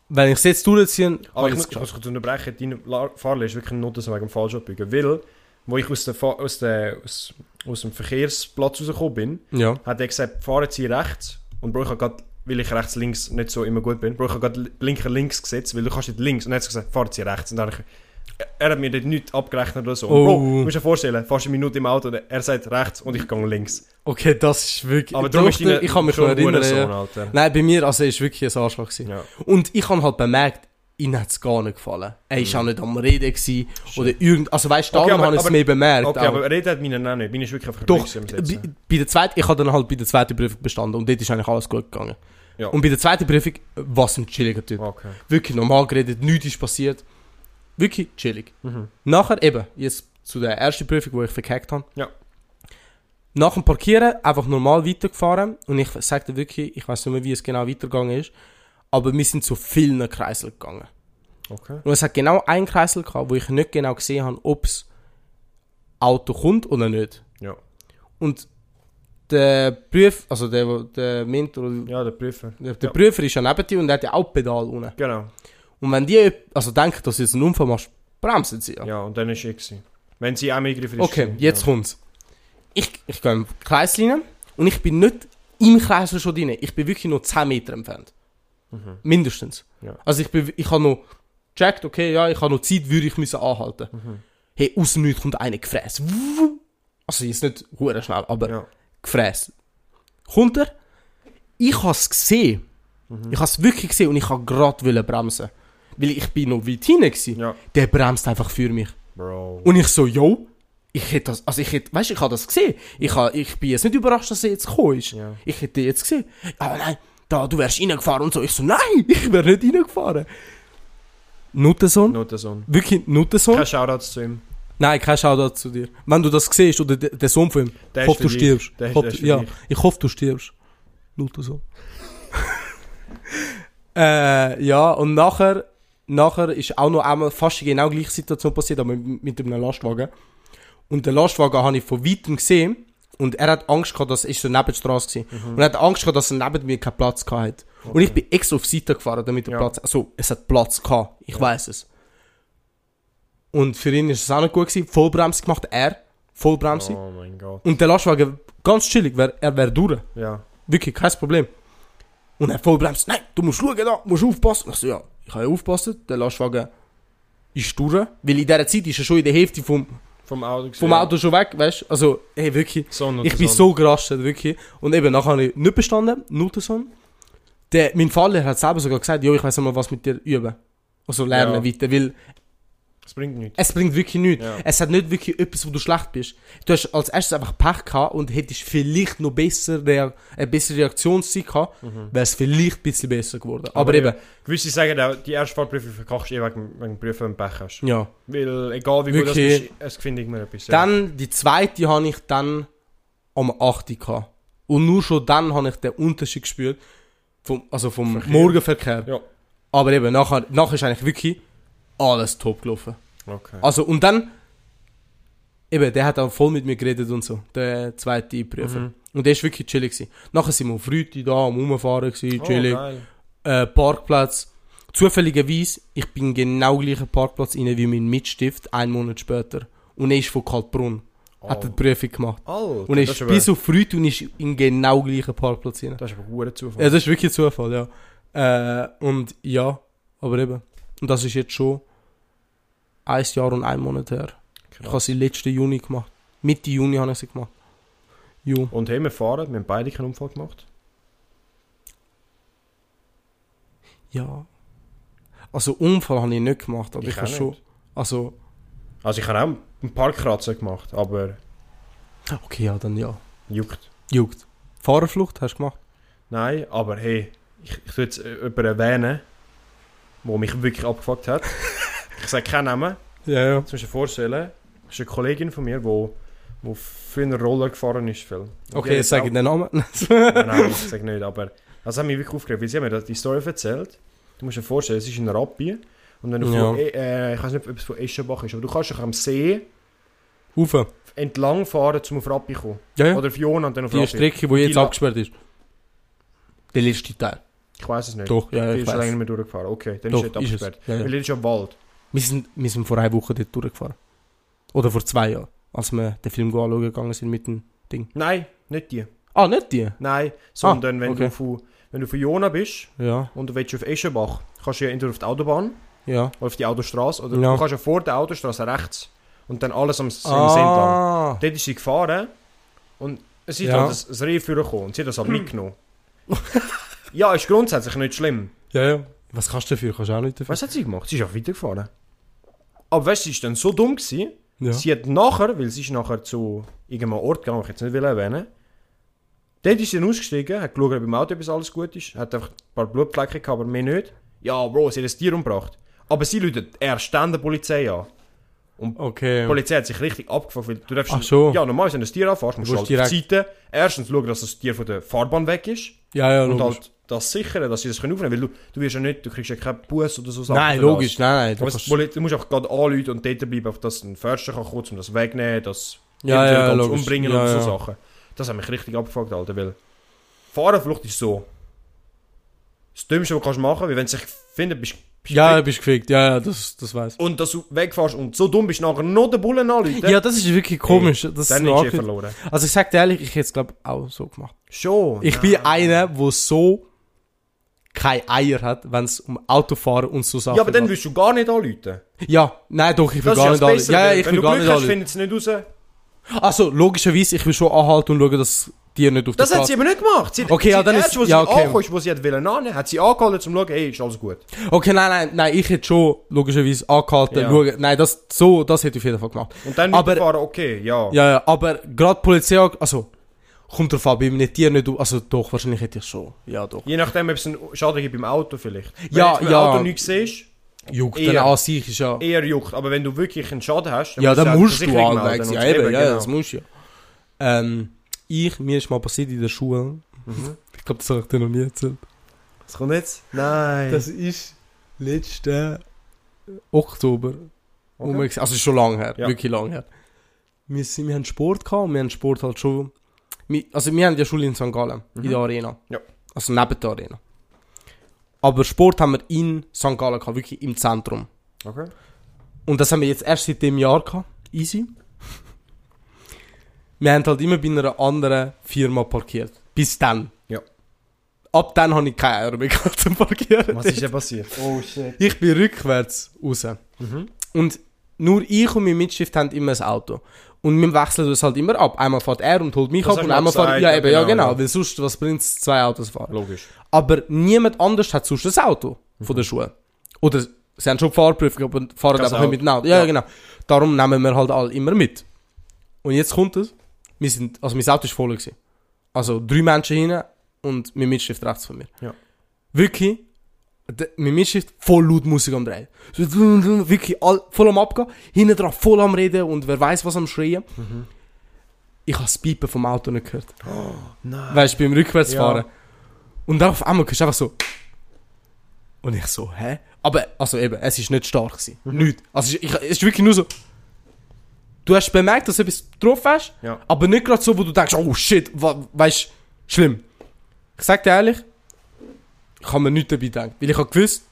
A: Wenn ich es jetzt durchziehe, habe
B: Aber
A: ich
B: ich
A: es
B: muss ich
A: geschafft.
B: muss kurz unterbrechen, dein La- Fahrlehrer ist wirklich ein Noten wegen dem falsch abbiegen. Weil, wo ich aus, der Fa- aus, der, aus, aus dem Verkehrsplatz rausgekommen bin,
A: Ja.
B: hat er gesagt, fahren Sie rechts. Und Bro, ich habe grad, weil ich rechts, links nicht so immer gut bin, Bro, ich habe gerade Blinker links gesetzt, weil du kannst nicht links. Und er hat gesagt, fahren Sie rechts. Und dann hab ich, er hat mir dort nichts abgerechnet oder so. Und Bro,
A: Oh.
B: du musst dir vorstellen, fährst eine Minute im Auto und er sagt rechts und ich gehe links.
A: Okay, das ist wirklich...
B: Aber darum ist
A: Doch,
B: deine- ne?
A: ich kann mich
B: schon
A: noch erinnern.
B: ein
A: ja. Oh,
B: Hurensohn, Alter.
A: Nein, bei mir, also es war wirklich ein Arschloch. gewesen.
B: Ja.
A: Und ich habe halt bemerkt, ihm hat es gar nicht gefallen. Er
B: Mhm.
A: war auch nicht am Reden gewesen, oder irgend... Also weißt du,
B: Okay,
A: daran
B: aber-
A: habe ich es
B: aber-
A: mehr bemerkt.
B: Okay,
A: aber
B: aber reden hat meinen auch nicht. Meine ist wirklich einfach
A: doch,
B: links am
A: bei,
B: Setzen.
A: bei der zweiten, ich habe dann halt bei der zweiten Prüfung bestanden und dort ist eigentlich alles gut gegangen.
B: Ja.
A: Und bei der zweiten Prüfung, äh, was ein chilliger Typ.
B: Okay.
A: Wirklich normal geredet, nichts ist passiert. Wirklich chillig.
B: Mhm.
A: Nachher eben, jetzt zu der ersten Prüfung, wo ich verkackt habe.
B: Ja.
A: Nach dem Parkieren einfach normal weitergefahren und ich sagte wirklich, ich weiß nicht mehr, wie es genau weitergegangen ist, aber wir sind zu vielen Kreiseln gegangen.
B: Okay.
A: Und es hat genau einen Kreisel gehabt, wo ich nicht genau gesehen habe, ob das Auto kommt oder nicht.
B: Ja.
A: Und der Prüf, also der, wo- der Mentor, oder
B: Ja, der Prüfer.
A: der, der
B: Ja.
A: Prüfer ist ja neben dir und der hat ja auch Pedal unten.
B: Genau.
A: Und wenn die, also denken, dass du jetzt einen Unfall machst, bremsen sie ja.
B: Ja, und dann ist er. gewesen. Wenn sie einmal eingreifen, ist
A: Okay,
B: sie-
A: jetzt
B: Ja.
A: kommt's. Ich, ich gehe im Kreis rein und ich bin nicht im Kreisel schon drin. Ich bin wirklich nur 10 Meter entfernt.
B: Mhm.
A: Mindestens.
B: Ja.
A: Also ich, bin, ich habe noch gecheckt, okay, ja, ich habe noch Zeit, würde ich müssen anhalten.
B: Mhm.
A: Hey, aus dem Nichts kommt einer gefräst. Wuh. Also jetzt nicht hure schnell, aber
B: Ja.
A: gefräst. Kommt er? Ich habe es gesehen.
B: Mhm.
A: Ich habe es wirklich gesehen und ich habe gerade wollen bremsen. Weil ich bin noch weit hinten gewesen.
B: Ja.
A: Der bremst einfach für mich.
B: Bro.
A: Und ich so, yo, ich hätte das, also ich hätte, weißt du, ich habe das gesehen. Ich, habe, ich bin jetzt nicht überrascht, dass er jetzt gekommen ist.
B: Ja.
A: Ich hätte ihn jetzt gesehen. <laughs> Aber nein, da, du wärst reingefahren und so. Ich so, nein, ich wäre nicht reingefahren. Nuttensohn.
B: Notensohn.
A: Wirklich Nuttensohn?
B: Kein Shoutouts zu ihm.
A: Nein, kein Shoutout zu dir. Wenn du das siehst oder de- der Sohn von ihm,
B: Der
A: ich
B: ist
A: hoffe, du
B: für dich.
A: stirbst.
B: Der
A: ich
B: ist-
A: hoffe,
B: der ist für
A: ja,
B: dich.
A: ich hoffe, du stirbst. Nuttensohn. <laughs> äh, ja, und nachher, nachher ist auch noch einmal fast die genau gleiche Situation passiert, aber mit, mit einem Lastwagen. Und den Lastwagen habe ich von Weitem gesehen und er hat Angst gehabt, dass es so neben der Straße war. Und er hat Angst gehabt, dass er neben mir keinen Platz gehabt hat. Und ich bin extra auf die Seite gefahren, damit der
B: Ja.
A: Platz, also es hat Platz gehabt, ich weiß es. Und für ihn ist es auch nicht gut gewesen. Vollbremse gemacht, er. Vollbremse.
B: Oh mein Gott.
A: Und der Lastwagen, ganz chillig, wär, er wäre durch.
B: Ja.
A: Wirklich, kein Problem. Und er vollbremst. Nein, du musst schauen da, musst aufpassen. Ich so, ja, ich habe ja aufpassen. Der Lastwagen ist durch. Weil in dieser Zeit ist er schon in der Hälfte vom,
B: Vom Auto
A: vom
B: gesehen.
A: Auto schon weg, weißt du? Also, hey, wirklich.
B: Sohn
A: Ich bin
B: Notensohn.
A: so gerastet, wirklich. Und eben, nachher habe ich nicht bestanden, Nutensohn. Der, mein Vater hat selber sogar gesagt, jo, ich weiß mal was mit dir üben. Also lernen
B: Ja.
A: weiter, weil
B: Das bringt nichts.
A: es bringt wirklich nichts.
B: Ja.
A: Es hat nicht wirklich etwas, wo du schlecht bist. Du hast als erstes einfach Pech gehabt und hättest vielleicht noch besser rea- eine bessere Reaktionszeit gehabt, wäre es vielleicht ein bisschen besser geworden. Aber,
B: Mhm. Aber
A: eben,
B: Gewisse sagen auch, die erste Fahrprüfung verkackst du eh wegen, wegen Prüfen und Pech hast.
A: ja.
B: Weil egal wie
A: Wirklich.
B: gut das ist, es findet immer etwas. ja.
A: Dann, die zweite habe ich dann am 8. gehabt. Und nur schon dann habe ich den Unterschied gespürt, vom, also vom Morgenverkehr.
B: Ja.
A: Aber eben, nachher, nachher ist eigentlich wirklich alles top gelaufen.
B: Okay.
A: Also, und dann, eben, der hat auch voll mit mir geredet und so, der zweite Prüfer.
B: Mhm.
A: Und der ist wirklich chillig gewesen. Nachher sind wir auf Rüti da, am Rumfahren gewesen,
B: Oh,
A: chillig.
B: geil.
A: äh, Parkplatz. Zufälligerweise, ich bin genau gleichen Parkplatz rein wie mein Mitstift, einen Monat später. Und er ist von Kaltbrunn. Hat
B: Oh.
A: die Prüfung gemacht.
B: Alter,
A: Und er
B: das
A: ist bis auf Rüti und ist in genau gleichen Parkplatz rein.
B: Das ist aber ein Zufall.
A: Ja, das ist wirklich Zufall, ja. Äh, und ja, aber eben. Und das ist jetzt schon ein Jahr und ein Monat her. Ich habe sie letzten Juni gemacht. Mitte Juni habe ich sie gemacht. Jo.
B: Und hey, wir fahren, wir haben beide keinen Unfall gemacht.
A: Ja. Also Unfall habe ich nicht gemacht, aber ich,
B: Ich
A: habe
B: auch
A: schon.
B: nicht.
A: Also.
B: Also ich habe auch einen Parkkratzer gemacht, aber
A: Okay, ja, dann ja.
B: juckt.
A: Juckt. Fahrerflucht hast du gemacht?
B: Nein, aber hey, ich, ich tue jetzt äh, jemanden erwähnen, der mich wirklich
A: <laughs>
B: abgefuckt hat. ich sage keinen Namen.
A: Ja, ja.
B: Jetzt musst du dir vorstellen, das ist eine Kollegin von mir, die wo, wo früher Roller gefahren ist. Viel. Und die
A: Okay,
B: hat
A: jetzt sage
B: auch-
A: ich den Namen. <laughs>
B: Nein, nein, ich sage nicht, aber das hat mich wirklich aufgeregt, weil sie haben mir das- die Story erzählt. Du musst dir vorstellen, es ist in Rappi und wenn du
A: Ja.
B: von, E- äh, ich weiß nicht, ob es von Eschenbach ist, aber du kannst dich am See
A: Ufer.
B: entlang fahren, um auf Rappi zu kommen.
A: Ja, ja.
B: Oder auf Jona und dann auf
A: Die
B: Rappi.
A: Strecke, die jetzt
B: La-
A: abgesperrt ist. Der letzte Teil.
B: Ich weiß es nicht.
A: Doch, ja,
B: Die
A: ich
B: ist schon länger
A: weiß.
B: nicht mehr durchgefahren. Okay, dann
A: Doch,
B: ist es
A: ist es.
B: abgesperrt.
A: Ja, ja.
B: Weil das ist ja Wald.
A: Wir sind, wir sind vor einer Woche dort durchgefahren. Oder vor zwei Jahren, als wir den Film anschauen gegangen sind mit dem Ding.
B: Nein, nicht die.
A: Ah, nicht die?
B: Nein, sondern wenn,
A: Ah, okay.
B: du von, wenn du von Jona bist
A: Ja,
B: und du willst auf Eschenbach, kannst du ja entweder auf die Autobahn
A: ja.
B: oder auf die Autostrasse oder
A: Ja.
B: du kannst ja vor der Autostrasse rechts und dann alles am See entlang.
A: Ah,
B: Dort ist sie gefahren und es ist
A: Ja.
B: halt das, das Rehführer gekommen und sie hat das halt mitgenommen. <laughs> ja, ist grundsätzlich nicht schlimm.
A: ja, ja. Was kannst du dafür? Kannst du auch nicht dafür?
B: Was hat sie gemacht? Sie ist auch weitergefahren. Aber weißt du, sie ist dann so dumm gewesen,
A: Ja.
B: sie hat nachher, weil sie ist nachher zu irgendeinem Ort gegangen, den ich jetzt nicht will erwähnen, dort ist sie dann ausgestiegen, hat geschaut, ob im Auto etwas alles gut ist, hat einfach ein paar Blutflecken gehabt, aber mehr nicht. Ja, Bro, sie hat ein Tier umgebracht. Aber sie läutet erst dann der Polizei an. Die
A: Okay.
B: Polizei hat sich richtig abgefuckt, weil du darfst...
A: Ach so.
B: Ja, normal, wenn du ein Tier anfährst, musst du
A: musst
B: halt auf die
A: direkt-
B: Seite erstens schauen, dass das Tier von der Fahrbahn weg ist
A: Ja, ja,
B: und
A: logisch.
B: halt das sichern, dass sie das können aufnehmen können, weil du, du wirst ja nicht, du kriegst ja keinen Buß oder so Sachen
A: Nein,
B: für das.
A: logisch, nein, nein. Du
B: Aber es-
A: kannst,
B: Poli- du musst auch gerade anrufen und dort bleiben, auf dass ein Förster kann kurz um das wegnehmen, das
A: Ja,
B: eventuell
A: ja,
B: ganz
A: logisch.
B: umbringen
A: Ja,
B: und so
A: ja.
B: Sachen. Das hat mich richtig abgefuckt, Alter, weil Fahrerflucht ist so das Dümmste, was du kannst machen kannst, weil wenn sie sich finden, bist du...
A: ja, bist gefickt. Ja, ja, das, das weiß.
B: Und dass du wegfährst und so dumm bist, nachher noch den Bullen anrufen,
A: Ja, das ist wirklich komisch. das ist
B: dann
A: mir
B: ist eh
A: angeht-
B: verloren.
A: Also ich sag dir ehrlich, ich hätte es glaube auch so gemacht.
B: Schon.
A: Ich bin einer, der so keine Eier hat, wenn es um Autofahren und so Sachen
B: ja, aber dann
A: geht.
B: würdest du gar nicht anrufen.
A: Ja, nein, doch, ich will
B: Das
A: gar
B: ist
A: nicht
B: ja das
A: alles.
B: Bessere.
A: Ja, ja,
B: weil
A: ich
B: wenn
A: will
B: du
A: gar
B: Glück
A: nicht
B: hast,
A: alles.
B: findet es nicht raus.
A: Also, logischerweise, ich will schon anhalten und schauen, dass die nicht auf
B: Das
A: der
B: hat sie
A: Straße...
B: aber nicht gemacht. Sie,
A: Okay,
B: sie,
A: ja, dann
B: erst,
A: ist-
B: wo sie
A: ja, okay.
B: angekommen ist, wo sie hat wollen annehmen, hat sie angehalten, um zu schauen, hey, ist alles gut.
A: Okay, nein, nein, nein, ich hätte schon logischerweise angehalten,
B: Ja.
A: schauen. Nein, das, so, das hätte ich auf jeden Fall gemacht.
B: Und dann
A: Aber-
B: mitfahren, okay, ja.
A: Ja, ja, aber gerade die Polizei... Also, kommt drauf an, bei einem Tier nicht... auf- Also doch, wahrscheinlich hätte ich schon. Ja, doch.
B: Je nachdem, ob es einen Schaden gibt beim Auto vielleicht. Wenn
A: Ja,
B: jetzt beim
A: ja.
B: Auto nichts siehst,
A: Juckt
B: Eher.
A: dann an sich ist ja...
B: Eher juckt, aber wenn du wirklich einen Schaden hast,
A: Ja,
B: du
A: dann
B: halt
A: musst du
B: Versicherung
A: halt weg.
B: melden und
A: Ja,
B: so.
A: eben, ja,
B: genau.
A: das musst du ja. Ähm, ich, mir ist mal passiert in der Schule.
B: Mhm.
A: <laughs> Ich glaube, das habe ich dir noch nie erzählt.
B: Was kommt jetzt? Nein.
A: Das ist letzten Oktober. wo wir
B: okay.
A: ges- Also ist schon lange her,
B: Ja.
A: wirklich lange her. Wir, sind, wir haben Sport gehabt und wir haben Sport halt schon. Wir, also wir haben ja Schule in St. Gallen, in der Arena.
B: Mhm. Ja.
A: Also neben der Arena. Aber Sport haben wir in St. Gallen gehabt, wirklich im Zentrum.
B: okay.
A: Und das haben wir jetzt erst seit dem Jahr gehabt. Easy. Wir haben halt immer bei einer anderen Firma parkiert. Bis dann.
B: Ja.
A: Ab dann habe ich keine Ahnung mehr <laughs> gehabt zum Parkieren.
B: Was ist denn passiert? <laughs> Oh shit.
A: Ich bin rückwärts raus.
B: Mhm.
A: Und nur ich und mein Mitstift haben immer ein Auto. Und wir wechseln das halt immer ab. Einmal fährt er und holt mich ab
B: Das hast
A: und
B: du
A: einmal
B: gesagt,
A: fährt... Ja,
B: ja,
A: eben, ja
B: genau,
A: genau.
B: ja.
A: Weil sonst, was bringt es, zwei Autos fahren?
B: Logisch.
A: Aber niemand anders hat sonst ein Auto von der Schule. Oder sie haben schon die Fahrprüfung, aber fahren
B: Das
A: einfach nicht
B: auch.
A: mit dem Auto. Ja,
B: Ja.
A: genau. Darum nehmen wir halt alle immer mit. Und jetzt kommt es. Wir sind, also mein Auto war voll. Gewesen. Also drei Menschen hinten und mein Mitschrift rechts von mir.
B: Ja.
A: Wirklich, der, mein Mitschrift voll laut Musik am Drehen. So, dun, dun, wirklich all, voll am Abgehen, hinten dran voll am Reden und wer weiß was am Schreien.
B: Mhm.
A: Ich habe das Piepen vom Auto nicht gehört.
B: Oh, Nein.
A: Weißt du, beim Rückwärtsfahren.
B: Ja.
A: Und dann auf einmal hörst du einfach so. Und ich so, hä? Aber, also eben, es ist nicht stark. Gewesen. Nicht. Also ich, ich, es ist wirklich nur so. Du hast bemerkt, dass du etwas getroffen hast,
B: Ja.
A: aber nicht gerade so, wo du denkst, oh shit, weißt du, schlimm. Ich sag dir ehrlich, ich habe mir nichts dabei gedacht. Weil ich habe gewusst,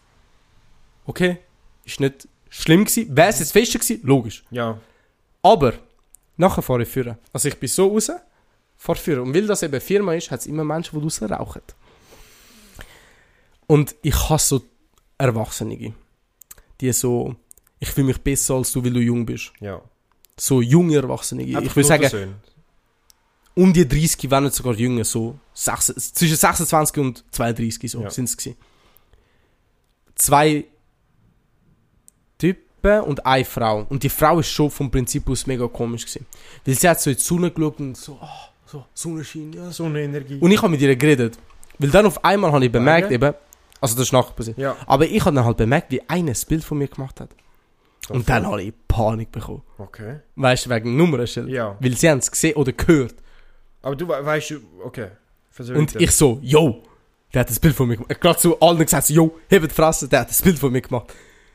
A: okay, ist nicht schlimm gewesen. Wäre es jetzt fester gewesen? Logisch.
B: Ja.
A: Aber, nachher fahre ich führen. Also ich bin so raus, fahre führen. Und weil das eben eine Firma ist, hat es immer Menschen, die draussen rauchen. Und ich hasse so Erwachsene. Die so, ich fühle mich besser als du, weil du jung bist.
B: Ja.
A: So junge Erwachsene. ich
B: Einfach
A: würde
B: nur
A: sagen,
B: versöhnt.
A: um die 30, wenn nicht sogar jünger, so sechs- zwischen 26 und 32 so
B: Ja.
A: sind es gewesen. Zwei Typen und eine Frau. Und die Frau ist schon vom Prinzip aus mega komisch gewesen. Weil sie hat so in die Sonne geschaut und so, ah, so, Sonnenschein, ja.
B: Sonnenenergie.
A: Und ich habe mit ihr geredet. Weil dann auf einmal habe ich bemerkt
B: Okay.
A: eben, also das ist nachher passiert.
B: ja.
A: Aber ich habe dann halt bemerkt, wie einer ein Bild von mir gemacht hat. Und dann habe ich Panik bekommen.
B: Okay.
A: Weißt du, wegen dem Nummernschild.
B: Ja.
A: Weil sie haben es gesehen oder gehört.
B: Aber du we- weißt, du- okay. Versöhnt.
A: Und ich so, yo, der hat das Bild von mir gemacht. Ich hab grad zu allen gesagt, so, yo, hebt die Fresse, der hat das Bild von mir gemacht.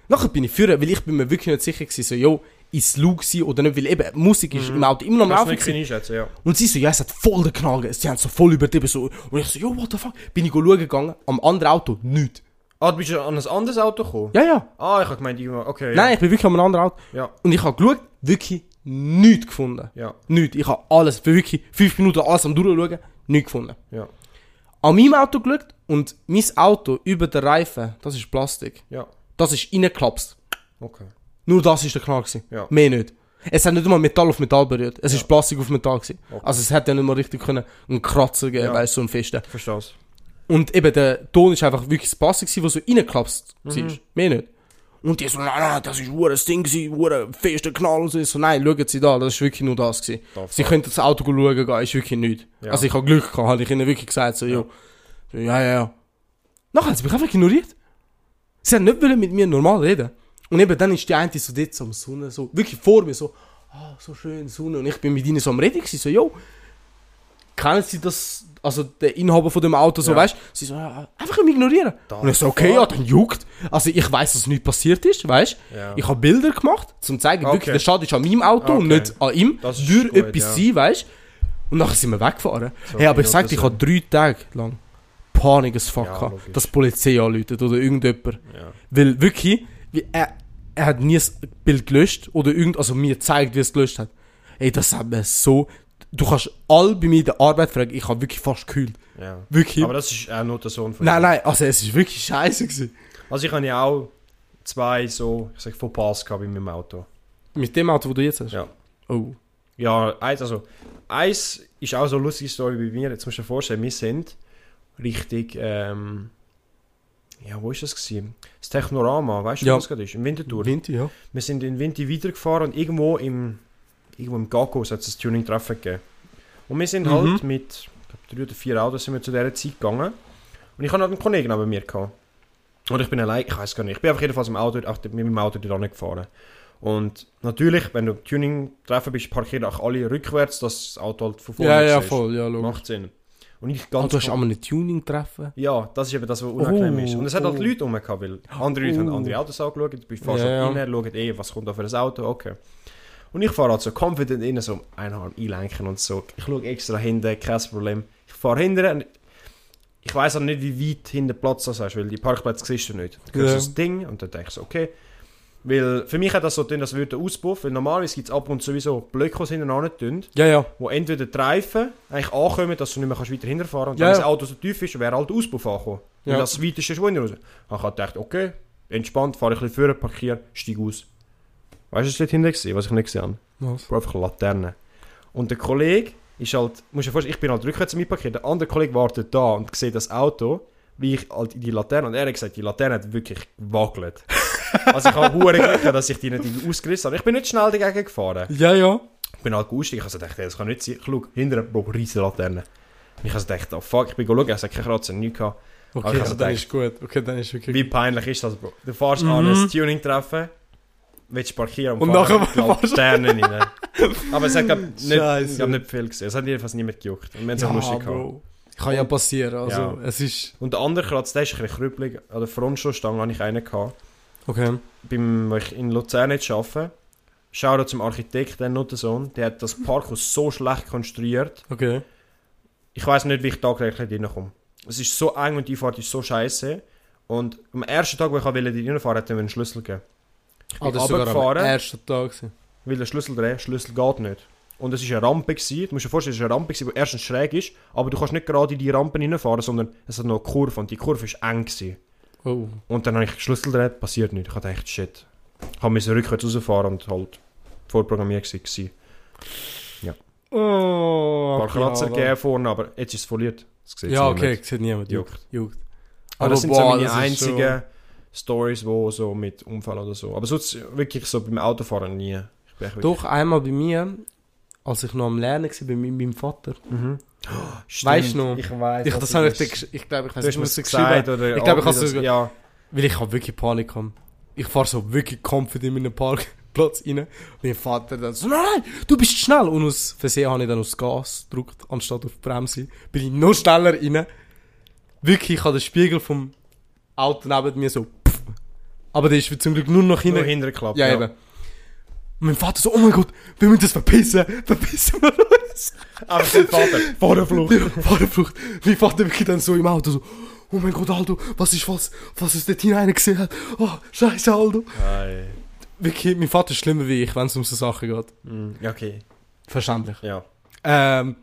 A: Nachher bin ich führen, weil ich bin mir wirklich nicht sicher gewesen, so, yo, ist es Lou gewesen oder nicht, weil eben Musik
B: Mhm.
A: ist im Auto immer noch am
B: Kannst du
A: Laufen
B: nicht
A: gewesen.
B: einschätzen, ja.
A: Und sie so, ja, es hat voll den Knall gegeben. Sie haben so voll übertrieben, so. Und ich so, yo, what the fuck? Bin ich go schauen gegangen, am anderen Auto, nichts.
B: Ah, du bist an ein anderes Auto gekommen?
A: Ja, ja.
B: Ah, ich habe gemeint, irgendwo. Okay.
A: Nein, ich bin wirklich am anderen Auto.
B: Ja.
A: Und ich habe geschaut, wirklich nichts gefunden.
B: Ja.
A: Nichts. Ich habe alles, für wirklich fünf Minuten alles am Durchschauen, nichts gefunden.
B: Ja.
A: an meinem Auto geschaut und mein Auto über den Reifen, das ist Plastik,
B: Ja.
A: das ist reingeklapst.
B: Okay.
A: Nur das ist der Knall. Gewesen.
B: Ja.
A: Mehr nicht. Es hat nicht einmal Metall auf Metall berührt. Es ist Plastik auf Metall. Gewesen. Also es hätte ja nicht mal richtig können einen Kratzer geben,
B: Ja.
A: weißt du, so einen festen.
B: Verstehst
A: Und eben der Ton ist einfach wirklich das Plastik, gewesen, wo so reingeklapst
B: Mhm.
A: ist. Mehr nicht. Und die so, nein, nein, das ist hure das Ding, gewesen, hure fester Knall und so. Ich so, nein, schauen Sie da, das ist wirklich nur das gewesen.
B: Da,
A: Sie könnten das Auto schauen gehen, ist wirklich nichts.
B: Ja.
A: Also ich habe Glück gehabt, habe ich ihnen wirklich gesagt, so, jo. So, ja, ja, ja. Nachher hat sie mich einfach ignoriert. Sie haben nicht wollen mit mir normal reden. Und eben dann ist die eine so dort so am Sonne, so, wirklich vor mir, so, ah, so schön, Sonne. Und ich bin mit ihnen so am Reden gewesen, so, jo. Kennen Sie das, also der Inhaber von dem Auto, so,
B: Ja.
A: weißt Sie so, ja, einfach im ignorieren.
B: Da
A: und ich so, okay, ja, dann juckt. Also ich weiß, dass nichts passiert ist, weißt
B: Ja.
A: Ich habe Bilder gemacht, zum zeigen, wirklich,
B: Okay.
A: der Schaden ist an meinem Auto und
B: Okay.
A: nicht an ihm.
B: Das ist
A: Würde
B: gut,
A: etwas
B: ja.
A: sein, weißt Und nachher sind wir weggefahren.
B: So,
A: hey, aber ich
B: ja,
A: sag
B: das
A: dir, ich
B: ja.
A: habe drei Tage lang Panik as fuck
B: Ja,
A: gehabt,
B: logisch.
A: dass die Polizei anruft oder irgendjemand.
B: Ja.
A: Weil wirklich, wie er, er hat nie das Bild gelöscht oder irgend, also mir gezeigt, wie er es gelöscht hat. Ey, das hat mir so... Du kannst all bei mir in der Arbeit fragen, ich habe wirklich fast gekühlt.
B: Ja.
A: Wirklich.
B: Aber das ist auch nur der Sohn von
A: Nein,
B: ihm.
A: nein, also es ist wirklich scheiße gewesen.
B: Also ich habe ja auch zwei so, ich sag Fauxpas gehabt in meinem Auto.
A: Mit dem Auto, wo du jetzt hast?
B: Ja.
A: Oh.
B: Ja, eins, also eins ist auch so eine lustige Story bei mir. Jetzt musst du dir vorstellen, wir sind richtig, ähm, ja, wo ist das gewesen? Das Technorama, weißt du,
A: Ja.
B: wo das gerade ist? Im Winterthur.
A: Winter, ja.
B: Wir sind in Winti weitergefahren und irgendwo im, irgendwo im Gagos hat es ein Tuning-Treffen gegeben. Und wir sind
A: Mhm.
B: halt mit ich glaub, drei oder vier Autos sind wir zu dieser Zeit gegangen. Und ich hatte noch einen Kollegen neben mir. Gehabt. Und ich bin allein, ich weiß gar nicht. Ich bin einfach jedenfalls im Auto, ach, mit meinem Auto dort gefahren. Und natürlich, wenn du im Tuning-Treffen bist, parkieren auch alle rückwärts, dass das Auto halt von vorne
A: Ja, ja,
B: siehst.
A: voll, ja, logisch.
B: Macht Sinn. Und ich
A: Ah,
B: ganz
A: du hast einmal ein Tuning treffen.
B: Ja, das ist eben das, was unangenehm
A: Oh,
B: ist. Und es hat halt
A: oh.
B: Leute rum, gehabt, weil andere Leute haben
A: Oh.
B: andere Autos angeschaut, du fährst
A: Ja,
B: halt rein, schaut eh, was kommt da für ein Auto, okay. Und ich fahre halt so confident rein, so einen Arm einlenken und so. Ich schaue extra hinten, kein Problem. Ich fahre hinten und ich weiß auch nicht, wie weit hinten Platz das hast, weil die Parkplätze siehst du nicht. Du hörst
A: Ja.
B: das Ding und dann denkst du, okay. Weil für mich hat das so getan, das würde der Auspuff, weil normalerweise gibt es ab und zu sowieso Blöcke, die hinten tun
A: Ja, ja.
B: wo entweder die Reifen eigentlich ankommen, dass du nicht mehr kannst weiter hinterfahren kannst. Und
A: Ja,
B: wenn
A: ja.
B: das Auto so tief ist, wäre halt der Auspuff angekommen.
A: Ja.
B: Weil das das weiteste ist, wo ich raus. Dann habe ich gedacht, okay, entspannt, fahre ich ein bisschen vor, parkiere, steige aus. Weißt du, was dort hinten war, was ich nicht gesehen habe?
A: Was?
B: Bro, einfach Laterne. Und der Kollege ist halt, musst du dir vorstellen, ich bin halt rückwärts mitparkiert, der andere Kollege wartet da und sieht das Auto, wie ich halt in die Laterne, und er hat gesagt, die Laterne hat wirklich
A: <laughs>
B: gewackelt. also ich habe verdammt Glück gehabt, dass ich die nicht ausgerissen habe. Ich bin nicht schnell dagegen gefahren.
A: Ja, ja.
B: Ich bin halt ausgestiegen, also dachte, das kann nicht sein. Ich schaue, hinter Bro, riesige Laterne. Und ich also dachte, oh fuck, ich bin schauen, es hat keine Kratzer, nichts gehabt. Aber
A: Okay,
B: ich
A: also
B: hab
A: dann
B: gedacht-
A: ist gut. Okay, dann ist wirklich
B: Wie peinlich ist das, Bro? Du fährst
A: Mhm.
B: an ein Tuning-Treffen, willst parkieren
A: Und
B: fahren
A: nachher
B: mit Laternen rein. ne? Aber es hat, glaub, nicht,
A: Scheiße.
B: ich glaub, nicht viel gesehen. Es hat jedenfalls niemand gejuckt. Und wir haben es
A: ja,
B: auch lustig gehabt.
A: Bro. Kann ja passieren. Also,
B: Ja.
A: es ist.
B: Und der andere Kratz, der ist ein bisschen krüppelig. An der Frontschussstange hatte ich einen gehabt.
A: Okay.
B: beim, wo ich in Luzern jetzt arbeite, Shoutout zum Architekten, Nuttensohn, der hat das Parkhaus so schlecht konstruiert.
A: Okay.
B: Ich weiß nicht, wie ich tagtäglich dort reinkomme. Es ist so eng und die Fahrt ist so scheiße. Und am ersten Tag, wo ich dort reinfahren wollte, hat er mir einen Schlüssel gegeben.
A: Ah, das ist sogar am
B: runtergefahren.
A: ersten Tag. gewesen.
B: Weil der Schlüssel drehen, Schlüssel geht nicht. Und es ist eine Rampe gewesen. Du musst dir vorstellen, es ist eine Rampe gewesen, die erstens schräg ist, aber du kannst nicht gerade in die Rampe reinfahren, sondern es hat noch eine Kurve und die Kurve ist eng gewesen.
A: Oh.
B: Und dann habe ich den Schlüssel gedreht, passiert nichts. Ich habe gedacht, shit. Ich habe müssen rückwärts rausfahren und halt vorprogrammiert gewesen.
A: Oh.
B: Ein paar Kratzer
A: ja,
B: gegeben vorne, aber jetzt ist es foliert. Das sieht
A: Ja,
B: niemand.
A: okay, sieht niemand. Juckt.
B: Juckt.
A: Juckt.
B: Aber das sind so
A: boah,
B: meine
A: das ist
B: einzigen
A: schon-
B: Stories, wo so mit Unfall oder so. Aber sonst wirklich so beim Autofahren nie. Ich bin echt wirklich-
A: Doch, einmal bei mir, als ich noch am Lernen war bei meinem, meinem Vater.
B: Mhm. <gasps> Stimmt,
A: Weißt du noch?
B: Ich weiß.
A: Ich,
B: was
A: das
B: du
A: habe ich,
B: bist.
A: dir gesch- ich glaube, ich weiß
B: Du
A: nicht,
B: hast mir
A: was
B: es
A: ich geschrieben
B: gesagt
A: habe.
B: oder
A: Ich glaube, ich
B: habe
A: hab's sogar-
B: Ja,
A: Weil ich habe wirklich Panik gehabt. Ich fahre so wirklich confident in meinen Parkplatz rein. Und mein Vater dann so, nein, nein, du bist schnell. Und aus Versehen habe ich dann aufs Gas gedrückt, anstatt auf die Bremse. Bin ich noch schneller rein. Wirklich, ich habe den Spiegel vom Auto neben mir so, pff. Aber der ist zum Glück nur noch
B: nur
A: hinten.
B: hinten geklappt.
A: Ja, eben. Und mein Vater so, oh mein Gott, wir müssen das verpissen, verpissen wir uns.
B: <laughs> Aber es
A: <laughs>
B: ist Vater. Vaterflucht.
A: Ja, <laughs> Fahrerflucht. Mein Vater wirklich dann so im Auto so, oh mein Gott, Aldo, was ist was, was ist dort hinein gesehen hat? Oh, scheiße, Aldo.
B: Nein.
A: Wirklich, mein Vater ist schlimmer wie ich, wenn es um so Sachen geht.
B: Mm, Ja, okay.
A: Verständlich.
B: Ja.
A: Ähm,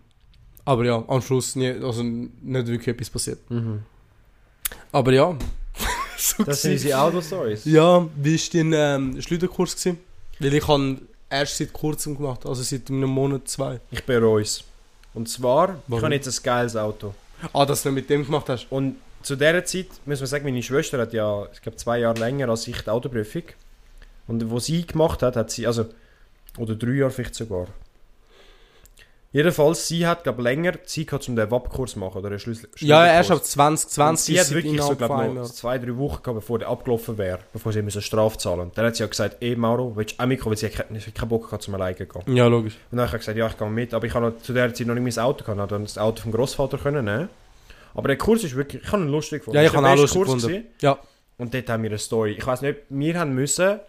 A: aber ja, am Schluss nie, also nicht wirklich etwas passiert.
B: Mhm.
A: Aber
B: <laughs>
A: ja. so
B: Das
A: gewesen.
B: sind unsere Auto-Stories.
A: Ja, wie war dein ähm, Schleuderkurs? Gewesen? Weil ich habe erst seit kurzem gemacht, also seit einem Monat, zwei.
B: Ich bereue es. Und zwar, ich
A: Warum?
B: habe jetzt ein geiles Auto.
A: Ah, dass du nicht mit dem gemacht hast.
B: Und zu dieser Zeit, muss man sagen, meine Schwester hat ja, ich glaube, zwei Jahre länger als ich die Autoprüfung. Und wo sie gemacht hat, hat sie, also, oder drei Jahre vielleicht sogar. Jedenfalls, sie hat, glaube länger Zeit gehabt, um den WAP-Kurs zu machen, oder einen Schlüssel
A: Ja, erst
B: Schlüsselkurs.
A: ab 2020
B: Und sie hat
A: sind
B: wirklich so,
A: innerhalb von
B: glaube
A: einem
B: noch
A: Jahr.
B: zwei, drei Wochen gehabt, bevor der abgelaufen wäre, bevor sie müssen Strafe zahlen musste. Dann hat sie ja gesagt, ey Mauro, willst du auch mitkommen, weil sie hat keinen keinen Bock gehabt, zum alleine zu gehen.
A: Ja, logisch.
B: Und dann habe ich gesagt, ja, ich gehe mit. Aber ich habe noch zu der Zeit noch nicht mein Auto gehabt. Ich habe dann das Auto vom Großvater können nehmen. Aber der Kurs ist wirklich, ich habe ihn lustig gefunden.
A: Ja, ich
B: Das ist
A: habe
B: der
A: ihn auch
B: beste
A: lustig
B: Kurs
A: gefunden.
B: gewesen.
A: Ja.
B: Und dort haben wir eine Story. Ich weiß nicht, wir haben müssen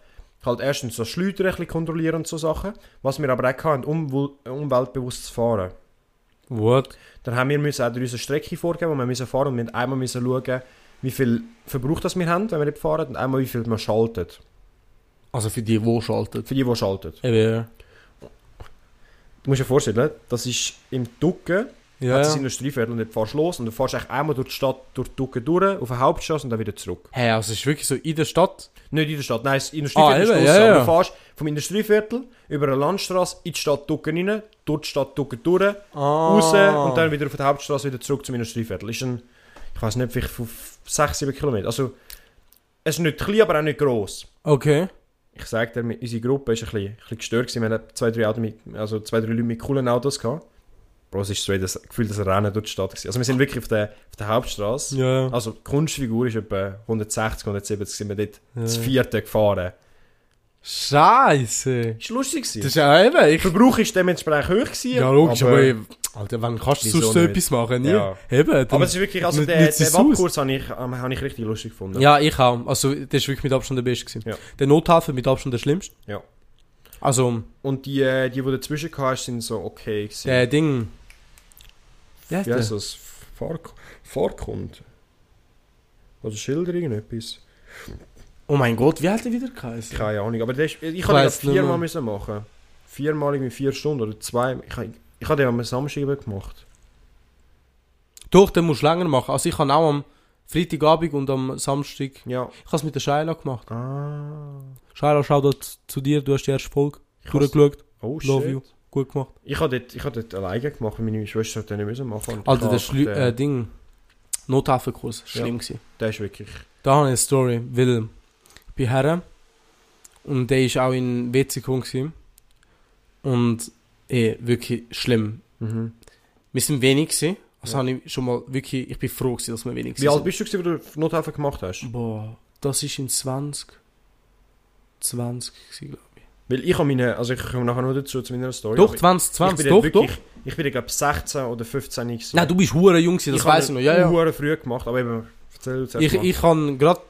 B: halt erstens so Schleuder ein bisschen kontrollieren und so Sachen. Was wir aber auch hatten, um wohl- umweltbewusst zu fahren.
A: What?
B: Dann haben wir müssen auch unsere Strecke vorgeben, die wir müssen fahren und wir haben einmal müssen schauen, wie viel Verbrauch das wir haben, wenn wir dort fahren und einmal wie viel man schaltet.
A: Also für die, die schaltet.
B: Für die, die schalten.
A: Eben,
B: Du musst dir vorstellen, das ist im Ducken
A: ja.
B: Ja,
A: Ja,
B: das
A: ja.
B: Industrieviertel und dann fährst du los und dann fährst du eigentlich einmal durch die Stadt, durch die Ducke durch, auf eine Hauptstraße und dann wieder zurück.
A: Hey, also es ist wirklich so in der Stadt.
B: Nicht in der Stadt, nein, das Industrieviertel
A: Ah,
B: ist
A: eben,
B: draussen,
A: ja,
B: aber
A: ja.
B: Du fährst vom Industrieviertel über eine Landstraße in die Stadt Ducken rein, durch die Stadt Ducken durch,
A: Ah.
B: raus und dann wieder auf der Hauptstraße wieder zurück zum Industrieviertel. Ist ein, ich weiß nicht, vielleicht fünf- sechs sieben Kilometer. Also, es ist nicht klein, aber auch nicht gross.
A: Okay.
B: Ich sage dir, mi- unsere Gruppe ist ein bisschen, ein bisschen gestört gewesen. Wir hatten zwei, drei, Auto mit, also zwei, drei Leute mit coolen Autos gehabt. Bro, Bro, es ist straight das Gefühl, dass Rennen durch die Stadt war. Also wir sind wirklich auf der, auf der Hauptstraße.
A: Ja,
B: Also die Kunstfigur ist etwa 160, 170, sind wir dort
A: Ja.
B: das vierte gefahren.
A: Scheiße.
B: Ist lustig gewesen.
A: Das ist ja eben.
B: der
A: Ich,
B: Verbrauch ist dementsprechend hoch gewesen.
A: ja, logisch, aber,
B: aber,
A: Alter, wann kannst du
B: Wieso
A: sonst so
B: nicht?
A: etwas machen? Nie.
B: Ja.
A: Eben. Dann,
B: aber es ist wirklich, also
A: Nicht-
B: der,
A: nicht
B: der
A: so aus.
B: Webkurs habe ich, ähm, habe ich richtig lustig gefunden.
A: ja, ich auch. Also, das ist wirklich mit Abstand der Beste gewesen.
B: Ja.
A: Der Nothafen mit Abstand der Schlimmste.
B: Ja.
A: Also,
B: Und die, äh, die, die dazwischen gehabt sind so okay gewesen.
A: der Ding. Ja,
B: Wie
A: der-
B: heisst das? Fahr Fahrkund? Oder Schilder irgendetwas?
A: Oh mein Gott, wie hat der wieder geheißen?
B: Keine Ahnung, aber das, ich
A: weiss
B: habe das
A: nicht mehr.
B: viermal müssen machen. Viermal irgendwie vier Stunden oder zwei. Ich, habe- ich habe den am Samstag eben gemacht.
A: Doch, den musst du länger machen. Also, ich habe auch am Freitagabend und am Samstag.
B: Ja.
A: Ich habe es mit der Shaila gemacht.
B: Ah.
A: Shaila, schau dort zu dir, du hast die erste Folge
B: Ich habe
A: durchgeschaut.
B: oh, shit.
A: Love you. Gut gemacht.
B: Ich habe dort, ich habe dort alleine gemacht, weil meine Schwester hat den nicht müssen machen. Und
A: Alter,
B: ich
A: der
B: habe
A: Schlü
B: einfach
A: äh,
B: den,
A: Ding. Nothafenkurs, schlimm gewesen.
B: der ist wirklich...
A: Da habe ich eine Story, weil ich bin her und der war auch in WC gewesen. Und eh, wirklich schlimm.
B: Mhm.
A: Wir sind wenig gewesen. Also
B: Ja.
A: habe ich schon mal wirklich, ich bin froh gewesen, dass wir wenig
B: Wie alt bist du, gewesen, wo du Nothelfer gemacht hast?
A: Boah, das ist in 20. 20 gewesen, glaube ich.
B: Weil ich habe meine... Also ich komme nachher noch dazu, zu meiner Story.
A: Doch,
B: aber
A: 20,
B: ich
A: 20,
B: bin
A: doch,
B: dort
A: doch.
B: wirklich, Ich bin, glaube ich, 16 oder 15 gewesen.
A: Nein, du bist hure jung gewesen, das
B: habe
A: weiß ich noch. Ja, ja.
B: verdammt früh gemacht, aber eben, erzähl du zuerst
A: Ich,
B: mal.
A: ich habe gerade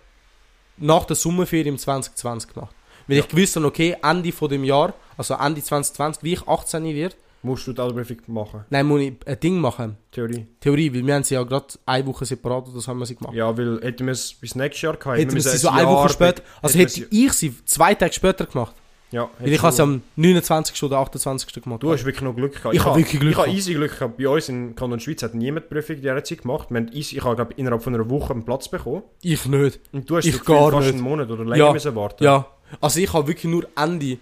A: nach der Sommerferien im 2020 gemacht. Weil ich gewusst habe, okay, Ende von dem Jahr, also Ende 2020, wie ich 18 werde,
B: Musst du die Autoprüfung machen,
A: nein, muss ich ein Ding machen.
B: Theorie.
A: Theorie, weil wir haben sie ja gerade eine Woche separat und das haben wir sie gemacht.
B: Ja, weil hätten wir es bis nächstes Jahr gehabt,
A: Ah. hätten wir
B: müssen
A: sie
B: ein
A: so eine
B: Jahr
A: Woche
B: mit-
A: später, also
B: hätten wir
A: hätte ich sie zwei Tage später gemacht.
B: Ja,
A: Weil ich habe sie am 29. oder 28. gemacht.
B: Du hast wirklich noch Glück gehabt.
A: Ich hab wirklich Glück
B: Ich habe
A: gehabt.
B: easy Glück gehabt. Bei uns in Kanton Schweiz hat niemand die Prüfung in dieser Zeit gemacht. Wir haben easy, ich habe, glaube innerhalb von einer Woche einen Platz bekommen.
A: ich nicht.
B: Und du hast
A: Ich
B: so gefühlt
A: gar
B: fast
A: nicht.
B: einen Monat oder länger
A: Ja.
B: müssen warten.
A: Ja. Also ich habe wirklich nur Ende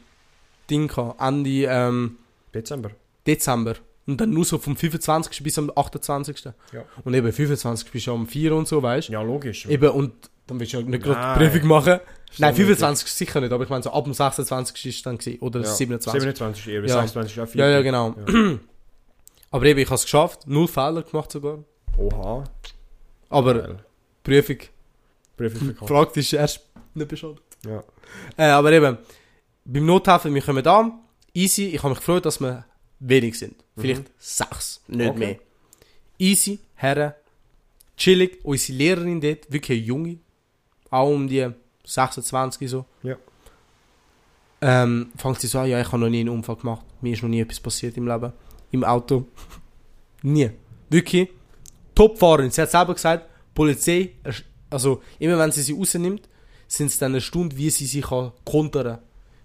A: Ding gehabt. Ende ähm,
B: Dezember.
A: Dezember. Und dann nur so vom 25. bis am 28.
B: Ja.
A: Und eben 25 bist du am 4 und so, weißt du?
B: Ja, logisch.
A: Eben, und dann willst du ja nicht gerade die
B: Nein.
A: Prüfung machen.
B: Ist
A: Nein,
B: doch möglich.
A: 25 sicher nicht, aber ich meine so ab dem 26. ist dann gewesen, oder
B: Ja.
A: 27.
B: 27 eher, weil
A: Ja.
B: 26 ist auch viel.
A: Ja, ja, genau. <clears throat> Aber eben, ich habe es geschafft, null Fehler gemacht sogar.
B: Oha.
A: Aber
B: Geil.
A: Prüfung
B: Prüfung verkauft.
A: praktisch erst nicht beschadet.
B: Ja.
A: Äh, aber eben, beim Nothelfen, wir kommen an, easy, ich habe mich gefreut, dass wir wenig sind. Vielleicht sechs, nicht
B: Mhm. Okay.
A: mehr. Easy, Herren, chillig, unsere Lehrerin dort, wirklich eine junge, auch um die 26 so.
B: Ja.
A: Ähm, fängt sie so an, ja, ich habe noch nie einen Unfall gemacht, mir ist noch nie etwas passiert im Leben, im Auto. <laughs> nie. Wirklich, Topfahrerin, sie hat selber gesagt, Polizei, erst- also immer wenn sie sie rausnimmt, sind es dann eine Stunde, wie sie sich kann kontern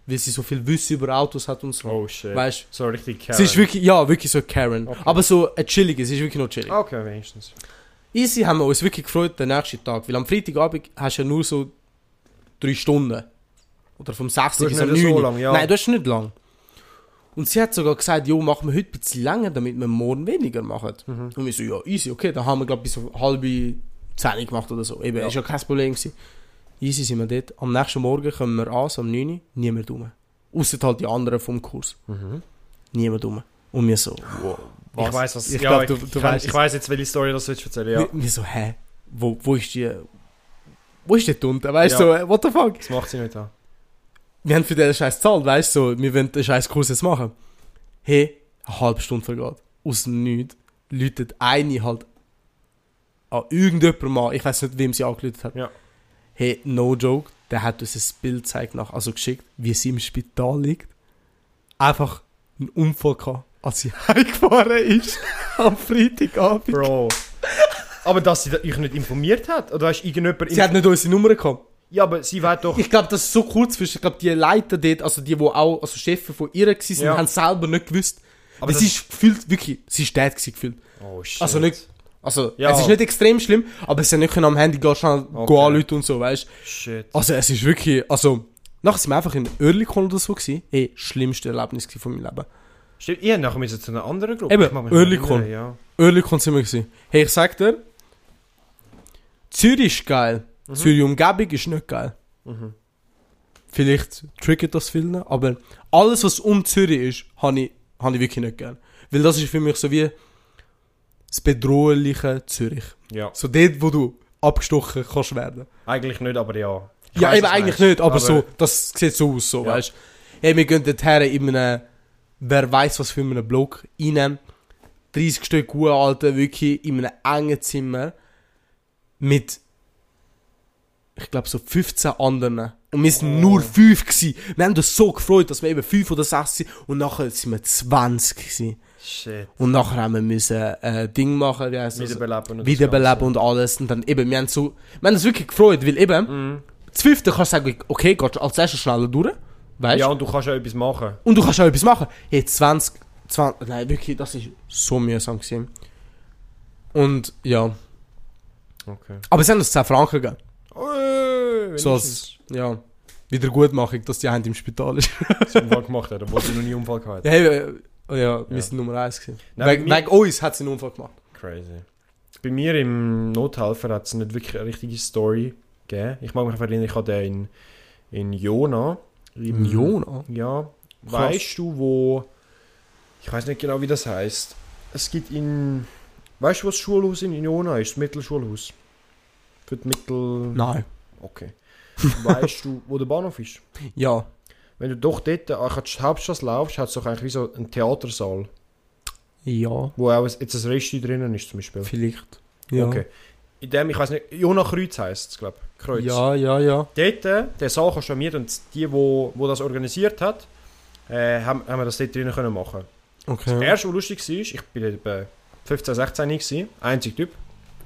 A: weil sie so viel Wissen über Autos hat und so.
B: Oh shit.
A: Weißt
B: So richtig
A: du?
B: Karen.
A: Sie ist wirklich, ja, wirklich so Karen.
B: Okay.
A: Aber so eine chillige, sie ist wirklich noch chillig.
B: Okay, wenigstens.
A: Easy haben wir uns wirklich gefreut den nächsten Tag, weil am Freitagabend hast du ja nur so drei Stunden. Oder vom 6.
B: Du hast
A: bis am
B: nicht
A: 9.
B: so lang, ja.
A: Nein, das ist nicht lang. Und sie hat sogar gesagt, jo, machen wir heute ein bisschen länger, damit wir morgen weniger machen.
B: Mhm.
A: Und wir so, ja, easy, okay, dann haben wir, glaube ich, bis auf halbe 10 gemacht oder so. Eben,
B: Ja.
A: ist ja kein Problem gewesen. Easy sind wir dort. Am nächsten Morgen kommen wir an, so am 9. Uhr, niemand rum. Außer halt die anderen vom Kurs. Niemand rum. Und wir so, wow,
B: Ich weiß Mhm. was.
A: Ich
B: ja,
A: glaub, du-
B: ich,
A: du
B: ich, kann-
A: weißt
B: ich
A: es.
B: weiß jetzt, welche Story das willst du erzählen. Ja,
A: wir, wir so, hä? Wo, wo ist die. Wo ist der Tunte? Weißt
B: Ja.
A: du, so, äh, what the fuck?
B: das macht sie nicht an.
A: Wir haben für den Scheiß gezahlt, weißt du, so, wir wollen den Scheiß Kurs jetzt machen. Hey, eine halbe Stunde vergeht. Aus dem Nichts läutet eine halt an irgendjemandem an. Ich weiß nicht, wem sie angelötet hat.
B: Ja.
A: Hey, no joke, der hat uns ein Bild gezeigt, nach, also geschickt, wie sie im Spital liegt. Einfach einen Unfall gehabt, als sie <laughs> heimgefahren ist am Freitagabend.
B: Bro. Ah, Aber dass sie euch nicht informiert hat? Oder hast irgendjemand...
A: Sie hat nicht unsere Nummer gehabt.
B: ja, aber sie war doch...
A: Ich glaube, das ist so kurzfristig. Ich glaube, die Leiter dort, also die, die auch, also Chefs von ihr waren, sind,
B: Ja.
A: haben selber nicht gewusst.
B: Aber
A: Aber
B: das-
A: sie ist gefühlt, wirklich, sie ist tot gewesen, gefühlt.
B: Oh, shit.
A: Also nicht, also
B: Ja.
A: es ist nicht extrem schlimm, aber sie haben nicht können am Handy gehen, schnell
B: Okay.
A: okay. anrufen und so, weißt
B: Shit.
A: Also es ist wirklich, also, nachher sind wir einfach in Oerlikon oder so gewesen. Ey, schlimmste Erlebnis gewesen von meinem Leben.
B: Stimmt, ihr nachher müssen zu einer anderen Gruppe.
A: Eben,
B: Ich mag mich nicht
A: Oerlikon.
B: erinnern, Ja.
A: Oerlikon sind wir gewesen. Hey, ich sag dir, Zürich ist geil. Zürich Umgebung ist nicht geil. Vielleicht triggert das viele, aber alles, was um Zürich ist, habe ich, hab ich wirklich nicht gern. Weil das ist für mich so wie, das bedrohliche Zürich.
B: Ja.
A: So dort, wo du abgestochen kannst werden.
B: Eigentlich nicht, aber ja. Ich
A: ja,
B: weiss,
A: eben
B: was
A: eigentlich
B: du meinst,
A: nicht, aber, so, das sieht so aus, so,
B: Ja.
A: weißt Hey, wir gehen dorthin in einem, wer weiß was für einen Block, rein, 30 Stück Uhralten, wirklich in einem engen Zimmer, mit, ich glaube, so 15 anderen. Und wir sind
B: Oh.
A: nur 5 gewesen. Wir haben uns so gefreut, dass wir eben 5 oder 6 sind, und nachher sind wir 20 gewesen.
B: Shit.
A: Und nachher haben wir müssen, äh, Ding machen, wie heisst das?
B: Wiederbeleben. und das
A: Wiederbeleben und alles. Und dann eben, wir haben so, wir haben uns wirklich gefreut, weil eben,
B: Ganze. Mhm.
A: das fünfte kannst du sagen, okay, gehst als erstes schneller durch, weißt
B: Ja, und du kannst auch etwas machen.
A: Und du kannst auch etwas machen. Hey, 20, 20, nein, wirklich, das ist so mühsam gewesen. Und ja,
B: Okay.
A: aber sie haben uns 10 Franken gegeben.
B: Oh,
A: So als, ja, Wiedergutmachung, dass die eine im Spital ist.
B: Unfall gemacht hat, obwohl sie noch nie einen Unfall gehabt hat.
A: ja, hey, äh, ja, wir
B: Ja.
A: sind Nummer 1 gewesen.
B: Nein,
A: Wegen-
B: bei mir-
A: wegen uns hat sie einen Unfall gemacht.
B: Crazy. Bei mir im Nothelfer hat es nicht wirklich eine richtige Story gegeben. Ich mag mich einfach erinnern, ich hatte den in, in Jona.
A: Mhm.
B: Im-
A: Jona?
B: Ja.
A: Krass.
B: Weißt du, wo. Ich weiß nicht genau, wie das heißt. Es gibt in. Weißt du, was das Schulhaus in Jona ist? Das Mittelschulhaus. Für die Mittel.
A: Nein. <laughs>
B: Okay. Weißt du, wo der Bahnhof ist?
A: Ja.
B: Wenn du doch dort ah, an die Hauptstraße laufst, hat es doch eigentlich wie so einen Theatersaal,
A: Ja.
B: wo auch ein- jetzt ein Resti drinnen ist zum Beispiel.
A: Vielleicht. Ja.
B: Okay. In dem, ich weiß nicht, Jona Kreuz heisst es, glaube ich. Kreuz.
A: Ja, ja, ja.
B: Dort, äh, der Saal kannst du an mir und die, wo, wo das organisiert hat, äh, haben, haben wir das dort drinnen können machen. Das
A: Okay.
B: erste, was lustig war, ich bin dort etwa 15, 16 gewesen, einzig Typ.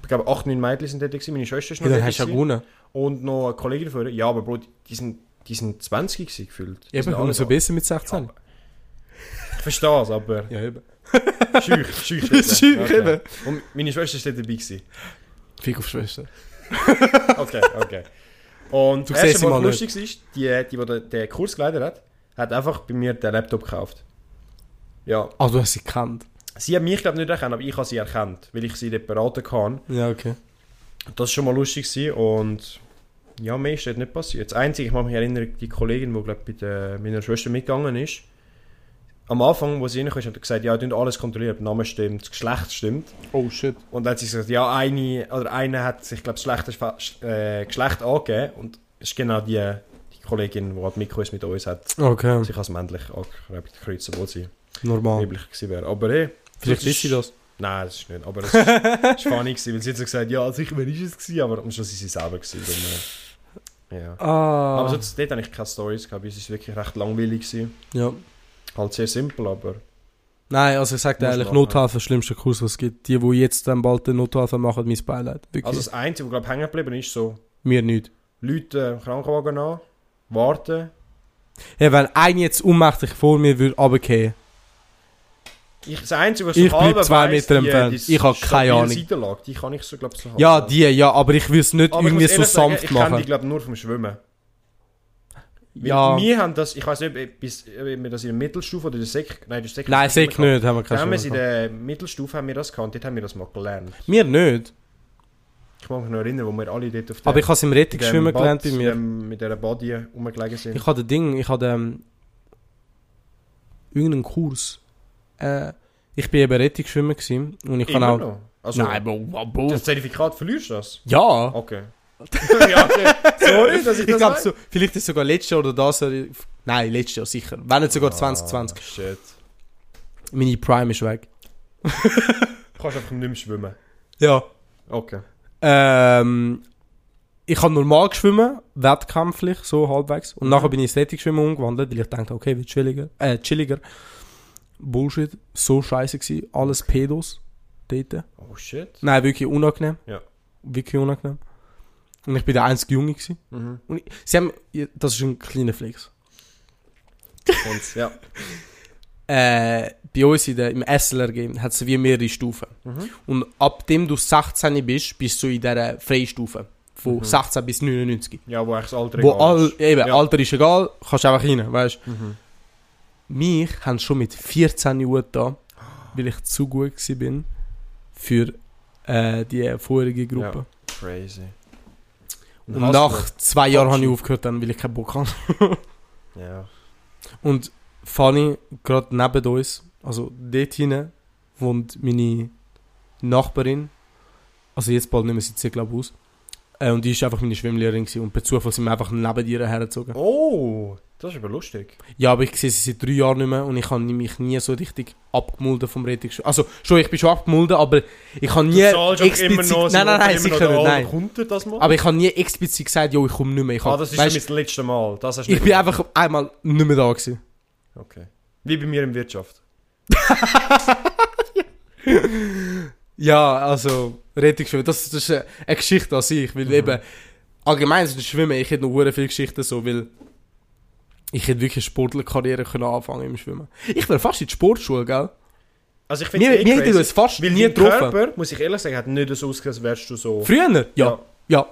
B: Ich glaube, 8, 9 Mädchen sind dort, gewesen, meine Schwester ist
A: Ja,
B: noch
A: dann
B: dort
A: hast du ja
B: gewesen.
A: gewonnen.
B: Und noch eine Kollegin von ihr. Ja, aber Bro, die sind, die sind 20 gewesen, gefühlt. Die
A: Eben,
B: sind alle
A: umso
B: da.
A: besser mit 16.
B: Ich verstehe es,
A: <laughs>
B: aber...
A: Ja, eben.
B: Schüch, schüch.
A: Schüch, eben.
B: Und meine Schwester war dort dabei. Gewesen.
A: Fick auf Schwester.
B: Okay, okay. Und
A: Du
B: das erste,
A: siehst sie
B: was
A: mal
B: lustig ist, die, die, die den- den Kurs geleitet hat, hat einfach bei mir den Laptop gekauft. Ja,
A: Ah, du hast sie gekannt.
B: sie hat mich glaube nicht erkannt, aber ich habe sie erkannt, weil ich sie dort beraten kann.
A: Ja, okay.
B: Das war schon mal lustig gewesen und ja, mehr ist dort nicht passiert. Das Einzige, ich mag mich erinnern, die Kollegin, die glaube bei der, meiner Schwester mitgegangen ist, am Anfang, wo sie reingekommen ist, hat sie gesagt, ja, ihr könnt alles kontrollieren, ob der Name stimmt, das Geschlecht stimmt.
A: Oh shit.
B: Und dann hat sie gesagt, ja, eine, oder eine hat sich, glaube ich, das schlechte Fa- sch- äh, Geschlecht angegeben. Und es ist genau die, die Kollegin, die halt Mikros mit uns hat,
A: Okay,
B: sich als männlich angekrebt, kreuzt, obwohl sie
A: normal.
B: weiblich gewesen wäre. Aber hey,
A: Vielleicht
B: das
A: wisst ihr das.
B: Nein, das ist nicht. Aber es war funny, gewesen, weil sie hat so gesagt, ja, sicher, wer ist es gewesen? Aber am Schluss ist sie selber gewesen. Darum, äh, ja.
A: Ah.
B: Aber sonst, dort hatte ich keine Stories gehabt, weil es ist wirklich recht langweilig gewesen.
A: ja.
B: Halt sehr simpel, aber
A: Nein, also ich sag dir
B: Muss
A: ehrlich,
B: man auch,
A: Nothilfe ist der schlimmste Kurs, was es gibt. Die, die jetzt dann bald den Nothilfe machen, mein Beileid. Wirklich.
B: also das Einzige, was, glaube ich, hängen geblieben ist, so
A: Mir nicht.
B: Leute äh, Krankenwagen an, warten,
A: Hey, wenn einer jetzt ohnmächtig vor mir würde runterfallen,
B: Ich, das Einzige, was
A: Ich
B: so
A: bleib
B: halb
A: zwei
B: weiss,
A: Meter
B: die- äh,
A: entfernt.
B: die
A: Ich hab keine
B: stabile
A: Ahnung.
B: Seitenlage, die kann ich so, glaube so halb
A: Ja,
B: sagen.
A: die, ja, aber ich würde es nicht
B: Aber ich
A: irgendwie
B: muss
A: so
B: ehrlich sagen,
A: sanft
B: Ich kenne die,
A: machen.
B: glaube nur vom Schwimmen. Weil
A: Ja.
B: Wir haben das, ich weiß nicht, ob, bis, ob wir das in der Mittelstufe oder in der Sek... Nein, in der Sek
A: Nein, sick nicht, haben wir
B: Haben wir
A: keine
B: es in
A: Chance.
B: der Mittelstufe haben wir das gehabt, dort haben wir das mal gelernt.
A: Mir nicht.
B: Ich kann mich noch erinnern, wo wir alle dort auf
A: Aber ich habe es im
B: in
A: Rettung
B: dem
A: schwimmen
B: Bad,
A: gelernt bei mir.
B: Dem, mit dieser Body rumgelegen sind.
A: Ich hatte Ding, ich hatte ähm, irgendeinen Kurs. Äh, ich bin eben Rettungsschwimmer gewesen und ich kann
B: Immer
A: auch.
B: noch. Also,
A: Nein, aber, aber
B: das Zertifikat verlierst du das?
A: ja.
B: Okay. ja, okay. Sorry, dass ich
A: Ich
B: das
A: glaube
B: weiss.
A: so, vielleicht ist sogar letztes Jahr oder das Jahr. Nein, letztes Jahr sicher. Wenn nicht sogar 2020.
B: Ah, shit.
A: Meine Prime ist weg.
B: Du kannst einfach nicht mehr schwimmen.
A: Ja.
B: Okay.
A: Ähm, ich habe normal geschwimmen, wettkampflich, so halbwegs. Und
B: Mhm.
A: nachher bin ich ins Rettungsschwimmen umgewandelt, weil ich dachte, okay, wird chilliger. Äh, chilliger. Bullshit. So scheiße gewesen. Alles Pedos. Dort.
B: Oh shit.
A: Nein, wirklich unangenehm.
B: Ja.
A: Wirklich unangenehm. Und ich bin der einzige Junge gewesen.
B: Mhm.
A: Und ich, sie haben, das ist ein kleiner Flex.
B: Und, ja.
A: Äh, bei uns in der, im Esseler Game hat es wie mehrere Stufen.
B: Mhm.
A: Und ab dem du 16 bist, bist du in dieser Freistufe. Von
B: Mhm.
A: 16 bis 99.
B: ja, wo eigentlich das Alter
A: Wo
B: egal
A: all,
B: ist.
A: eben,
B: Ja.
A: Alter ist egal, kannst einfach rein, weißt
B: Mhm.
A: Mich haben schon mit 14 Uhr da, weil ich zu gut gewesen bin für äh, die vorherige Gruppe.
B: Crazy.
A: Und
B: hast
A: nach zwei Jahren habe ich
B: Abschied.
A: aufgehört, dann, weil ich keinen Bock habe.
B: du- Ja.
A: Und funny, gerade neben uns, also dort hinten, wohnt meine Nachbarin, also jetzt bald nicht mehr, sie zieht glaube aus. Äh, und die ist einfach meine Schwimmlehrerin gewesen. und per Zufall sind wir einfach neben ihr hergezogen.
B: Oh, das ist aber lustig.
A: Ja, aber ich sehe sie seit drei Jahren nicht mehr und ich habe mich nie so richtig abgemulden vom Rettungsschwimmen. Also schon, ich bin schon abgemulden, aber ich habe nie explizit... nein, nein, nein, sicher nicht, nein.
B: Kommt er das mal?
A: Aber ich habe nie explizit gesagt, jo, ich komme nicht mehr. Ich,
B: ah,
A: hab,
B: das ist
A: weißt,
B: schon mein letztes Mal. Das hast du
A: ich
B: nicht
A: bin einfach einmal nicht mehr da gewesen.
B: gemacht. Okay. Wie bei mir in Wirtschaft.
A: Ja, also Rettungsschwimmen, das, das ist äh, eine Geschichte an sich,
B: Mhm.
A: weil eben allgemein so das Schwimmen, ich hätte noch hure viele Geschichten so, weil ich hätte wirklich eine Sportlerkarriere können anfangen im Schwimmen. Ich wäre fast in die Sportschule, gell?
B: Also ich finde
A: Wir,
B: es eh
A: wir hätten
B: crazy,
A: uns fast
B: Weil
A: nie
B: dein
A: getroffen.
B: Körper, muss ich ehrlich sagen, hat nicht so ausgesehen, als wärst du so...
A: Früher? Ja, ja.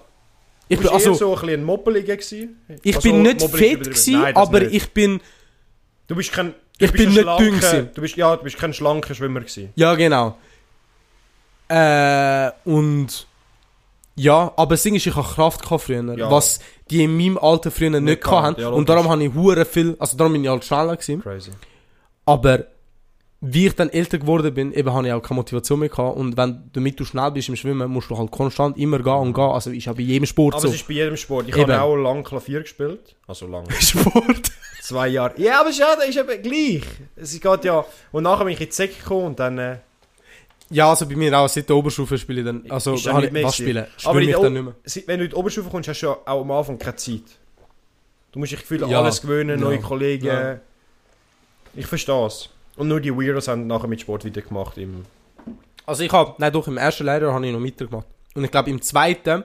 A: Ich
B: Du
A: bin,
B: warst
A: also,
B: eher so ein bisschen ein Moppeliger gewesen.
A: ich
B: Also,
A: bin nicht
B: moppelig
A: fett
B: übertrieben.
A: gewesen,
B: Nein, das
A: aber
B: nicht.
A: ich bin...
B: Du bist kein... Du
A: Ich
B: bist
A: bin
B: ein
A: nicht dünn
B: schlanker-
A: gewesen.
B: Du bist, ja, du bist kein schlanker Schwimmer gewesen.
A: Ja, genau. Äh, und... Ja, aber das Ding ist, ich habe Kraft gehabt früher,
B: Ja.
A: was die in meinem Alter früher nicht,
B: Nicht
A: gehabt
B: gehabt,
A: haben.
B: ja,
A: und darum habe ich hure viel... Also darum bin ich halt schneller gewesen.
B: Crazy.
A: Aber wie ich dann älter geworden bin, eben habe ich auch keine Motivation mehr gehabt. Und wenn, damit du schnell bist im Schwimmen, musst du halt konstant immer gehen und gehen. Also ist ja bei jedem Sport
B: Aber
A: so.
B: es ist bei jedem Sport. Ich
A: Eben.
B: habe auch lang Klavier gespielt. Also lang. <laughs>
A: Sport?
B: Zwei Jahre. Ja, aber schade, ist eben gleich. Es geht ja... Und nachher bin ich in die Säcke gekommen und dann... Äh,
A: Ja, also bei mir auch. Seit der Oberstufe spiele ich dann, also
B: Ist dann
A: habe
B: nicht
A: ich,
B: mehr
A: was
B: gewesen.
A: spielen? Spiele
B: Aber in
A: ich
B: der
A: dann
B: O-
A: nicht mehr.
B: Sie- wenn du in die Oberstufe kommst, hast du ja auch am Anfang keine Zeit. Du musst dich Gefühl an
A: Ja.
B: alles gewöhnen, neue
A: Ja.
B: Kollegen.
A: Ja.
B: Ich verstehe es. Und nur die Weirdos haben nachher mit Sport wieder gemacht. Im
A: Also ich habe, nein doch, im ersten Lehrjahr habe ich noch mitgemacht. Und ich glaube im zweiten,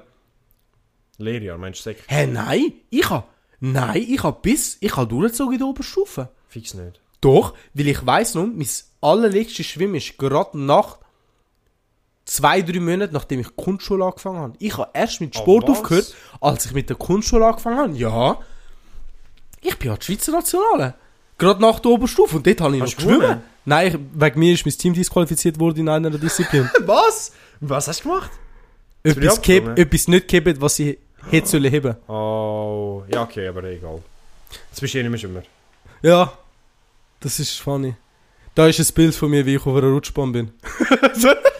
B: Lehrjahr, meinst du, sag,
A: hä nein, ich habe, nein, ich habe bis, ich habe durchgezogen in der Oberstufe.
B: fix nicht.
A: Doch, weil ich weiss noch, mein allerletztes Schwimmen ist gerade nach zwei, drei Monaten, nachdem ich Kunstschule angefangen habe. Ich habe erst mit Sport
B: Oh, was?
A: aufgehört, als ich mit der Kunstschule angefangen habe. Ja. Ich bin ja die Schweizer Nationale. Gerade nach der Oberstufe. Und dort habe ich
B: Hast
A: noch
B: du gewonnen?
A: geschwommen. Nein, ich, wegen mir ist mein Team disqualifiziert worden in einer
B: <laughs>
A: Disziplin.
B: Äh, Was? Was hast du gemacht? du
A: etwas,
B: dich
A: geheb,
B: abgezogen?
A: etwas nicht gegeben, was ich hätte sollen heben.
B: Oh, ja, okay, aber egal. Jetzt bist du eh nicht mehr Schwimmer.
A: Ja. Das ist funny. Da ist ein Bild von mir, wie ich auf einer Rutschbahn bin.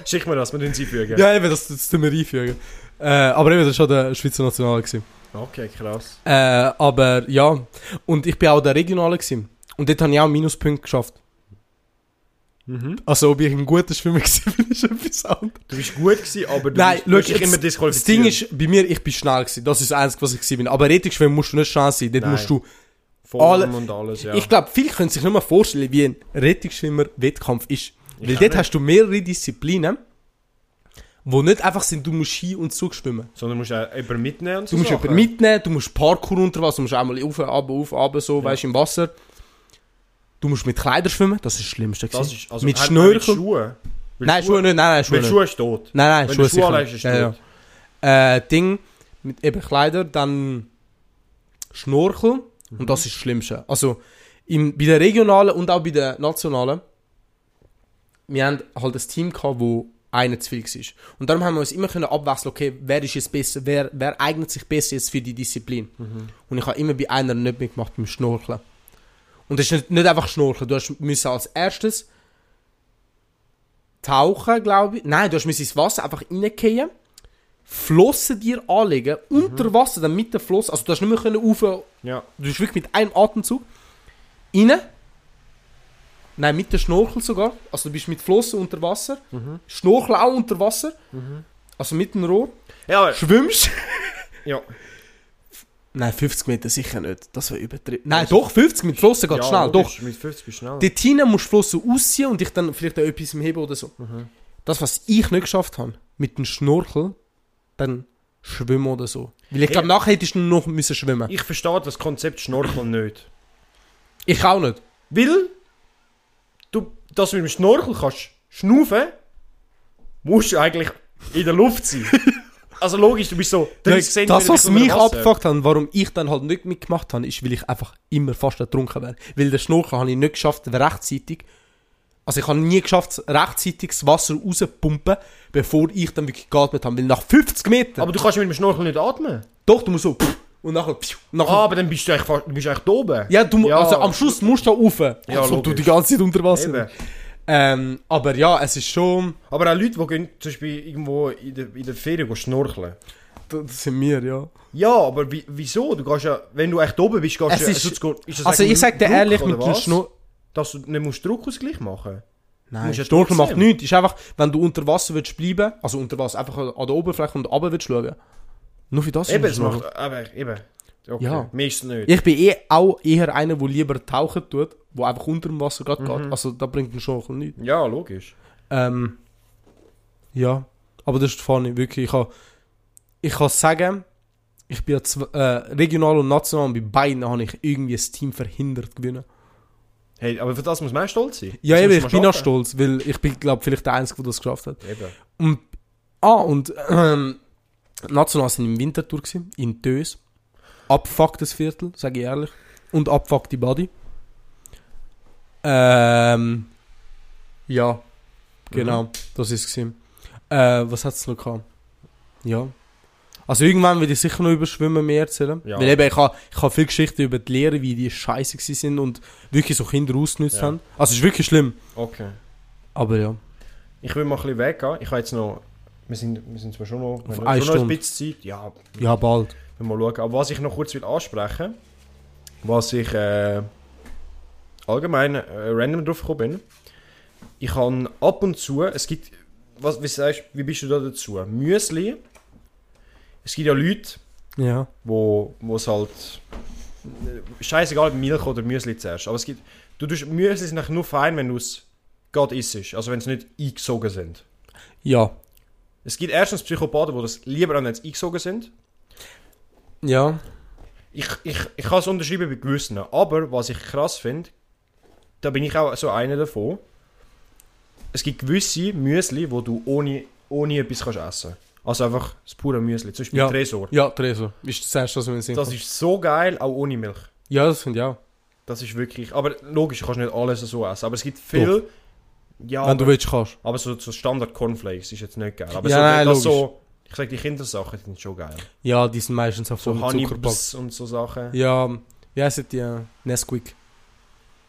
B: Schick mir das, wir tun sie fügen.
A: Ja, eben, das, das tun wir einfügen. Äh, aber eben, das war schon der Schweizer National. Gewesen.
B: Okay, krass.
A: Äh, aber ja, und ich bin auch der Regionale. Gewesen. Und dort habe ich auch Minuspunkte geschafft.
B: Mhm.
A: Also, ob ich im guten <laughs> Schwimmen war, ist etwas anderes.
B: Du bist gut gewesen, aber du
A: Nein,
B: bist, du hast
A: schau, jetzt-
B: dich immer
A: Das Ding
B: disqualifiziert.
A: ist, bei mir, ich bin schnell. Gewesen. Das ist das Einzige, was ich gewesen bin. Aber Rettungsschwimmen musst du nicht schnell sein. Dort
B: Nein.
A: musst du.
B: Form
A: alle-
B: und alles, ja.
A: Ich glaube, viele können sich nicht mehr vorstellen, wie ein Rettungsschwimmer-Wettkampf ist.
B: Ich
A: Weil dort
B: auch nicht.
A: hast du mehrere Disziplinen, wo nicht einfach sind, du musst hin und zurück schwimmen.
B: Sondern du musst auch jemanden mitnehmen und so
A: Du musst
B: Sachen.
A: jemanden mitnehmen, du musst Parkour unter Wasser, du musst einmal auf, ab, auf, ab, so, weißt du, im Wasser. Du musst mit Kleidern schwimmen, das ist das Schlimmste.
B: Das
A: gewesen.
B: ist, also,
A: mit
B: hat man Mit
A: Schnürchen.
B: Schuhen. Weil
A: Nein, Schuhe nicht, nein, nein, Schuhe
B: Weil
A: nicht.
B: Schuhe ist tot.
A: Nein, nein,
B: Wenn
A: Schuhe
B: du Schuhe anlegst,
A: sicher.
B: ist
A: Ja,
B: es
A: ja. Äh, Ding, mit eben Kleider, dann Schnorchel und das ist das Schlimmste. Also im, bei der regionalen und auch bei der nationalen, wir haben halt ein Team gehabt, wo einer zu viel war. Und darum haben wir uns immer können abwechseln, okay, wer ist jetzt besser, wer, wer eignet sich besser jetzt für die Disziplin. Und ich habe immer bei einer nicht mitgemacht beim Schnorcheln. Und das ist nicht, nicht einfach Schnorcheln, du hast müssen als erstes tauchen, glaube ich. Nein, du hast müssen ins Wasser einfach reingehen, Flossen dir anlegen, unter Wasser, dann mit der Flosse, also du hast nicht mehr können rauf
B: Ja.
A: Du bist wirklich mit einem Atemzug rein. Nein, mit der Schnorchel sogar. Also du bist mit Flossen unter Wasser. Schnorchel auch unter Wasser. Also mit dem Rohr.
B: Ja,
A: Schwimmst.
B: ja.
A: Nein, 50 Meter sicher nicht. Das war übertrieben. Nein, doch, 50 mit Flossen geht
B: ja,
A: schnell.
B: du
A: Doch.
B: bist Mit 50 bist du schnell.
A: Dort hinten musst du Flossen ausziehen und dich dann vielleicht auch etwas im Heben oder so. Das, was ich nicht geschafft habe, mit dem Schnorchel, dann schwimmen oder so. Weil ich
B: Hey.
A: glaube, nachher hättest du noch müssen schwimmen.
B: Ich verstehe das Konzept Schnorcheln nicht.
A: Ich auch nicht.
B: Weil du das mit dem Schnorchel kannst schnaufen, musst du eigentlich in der Luft
A: <laughs>
B: sein. also logisch, du bist so 30 cm
A: das, was mich abgefuckt hat, warum ich dann halt nicht mitgemacht habe, ist, weil ich einfach immer fast ertrunken wäre. Weil den Schnorchel habe ich nicht geschafft, rechtzeitig. Also ich habe nie geschafft, rechtzeitig das Wasser rauszupumpen, bevor ich dann wirklich geatmet habe. Weil nach 50 Metern,
B: Aber du kannst mit dem Schnorchel nicht atmen.
A: doch, du musst so, pff, und nachher, pfiuh, und nachher
B: Ah, aber dann bist du eigentlich, fast- du bist eigentlich da oben.
A: ja, du, mu-
B: Ja.
A: also am Schluss musst du da rauf, ja, als ob du
B: logisch.
A: die ganze Zeit unter Wasser
B: Eben.
A: bist. Ähm, aber ja, es ist schon.
B: Aber auch Leute, die gehen zum Beispiel irgendwo in der, in der Ferien gehen schnorcheln.
A: Das das sind wir, ja.
B: Ja, aber wie, wieso? Du gehst ja, wenn du echt oben bist, gehst
A: Es
B: du ja...
A: ist-
B: sonst geht- ist das
A: Also,
B: eigentlich
A: ich sag dir
B: Druck,
A: ehrlich,
B: oder
A: mit dem
B: was?
A: Schnur.
B: Dass du nicht musst Druckausgleich machen
A: Nein,
B: Musst ja
A: Snorkeln macht
B: trotzdem.
A: nichts. Ist einfach, wenn du unter Wasser willst bleiben, also unter Wasser, einfach an der Oberfläche und runter willst schauen. Nur für das
B: Eben,
A: musst
B: es
A: du
B: macht... Aber eben... Okay,
A: Ja.
B: mir ist es nicht.
A: Ich bin eh auch eher einer, der lieber tauchen tut, wo einfach unter dem Wasser
B: Mhm.
A: gerade geht. Also da bringt ein Schnorcheln nichts.
B: Ja, logisch.
A: Ähm, ja, aber das ist funny, wirklich. Ich kann, ich kann sagen, ich bin ja zw- äh, regional und national und bei beiden habe ich irgendwie das Team verhindert zu gewinnen.
B: Hey, aber für das muss man auch stolz sein.
A: Ja,
B: Das
A: eben,
B: muss
A: ich
B: man
A: bin auch
B: schaffen.
A: stolz, weil ich bin, glaube vielleicht der Einzige, der das geschafft hat.
B: Eben.
A: Und, ah, und ähm, national sind im Winterthur gewesen, in Tös. Abfucktes Viertel, sage ich ehrlich. Und abfuck die Body. Ähm, ja, genau, das ist es. Äh, was hat es noch gehabt? Ja. Also irgendwann werde ich sicher noch über Schwimmen mehr erzählen.
B: Ja.
A: Weil eben, ich habe ich hab viele Geschichten über die Lehrer, wie die scheiße gewesen sind und wirklich so Kinder ausgenutzt
B: Ja.
A: haben. Also es ist wirklich schlimm.
B: Okay.
A: Aber ja.
B: Ich will mal ein bisschen weggehen. Ich habe jetzt noch... Wir sind, wir sind zwar schon noch... wir haben
A: eine
B: schon noch ein
A: Stunde.
B: bisschen Zeit. Ja,
A: Ja, bald.
B: Wenn wir mal schauen. Aber was ich noch kurz will ansprechen was ich äh, allgemein äh, random drauf gekommen bin, ich kann ab und zu, es gibt, was, wie, sagst, wie bist du da dazu? Müsli, es gibt ja Leute,
A: Ja.
B: wo wo es halt, äh, scheißegal ob Milch oder Müsli zuerst, aber es gibt, du tust, Müsli sind eigentlich nur fein, wenn du es gerade isst, also wenn sie nicht eingesogen sind.
A: Ja.
B: Es gibt erstens Psychopathen, die das lieber haben, wenn sie eingesogen sind,
A: Ja.
B: Ich, ich, ich kann es unterschreiben bei gewissen, aber was ich krass finde, da bin ich auch so einer davon. Es gibt gewisse Müsli, wo du ohne, ohne etwas kannst essen Also einfach das pure Müsli, zum Beispiel
A: Ja.
B: Tresor.
A: Ja, Tresor. Ist das erste, was wir sehen.
B: Das ist so geil, auch ohne Milch.
A: ja, das finde ich auch.
B: Das ist wirklich. Aber logisch, du kannst nicht alles so essen. Aber es gibt viel. Ja,
A: Wenn du
B: aber,
A: willst, kannst.
B: aber so, so Standard Cornflakes ist jetzt nicht geil. Aber
A: Ja,
B: so,
A: nein, logisch.
B: das so. Ich sag die Kindersachen die sind schon geil.
A: Ja, die sind meistens auch
B: So
A: voll mit Zuckerpack.
B: Honeybus und so Sachen.
A: Ja, wie heissen die? äh, Nesquik.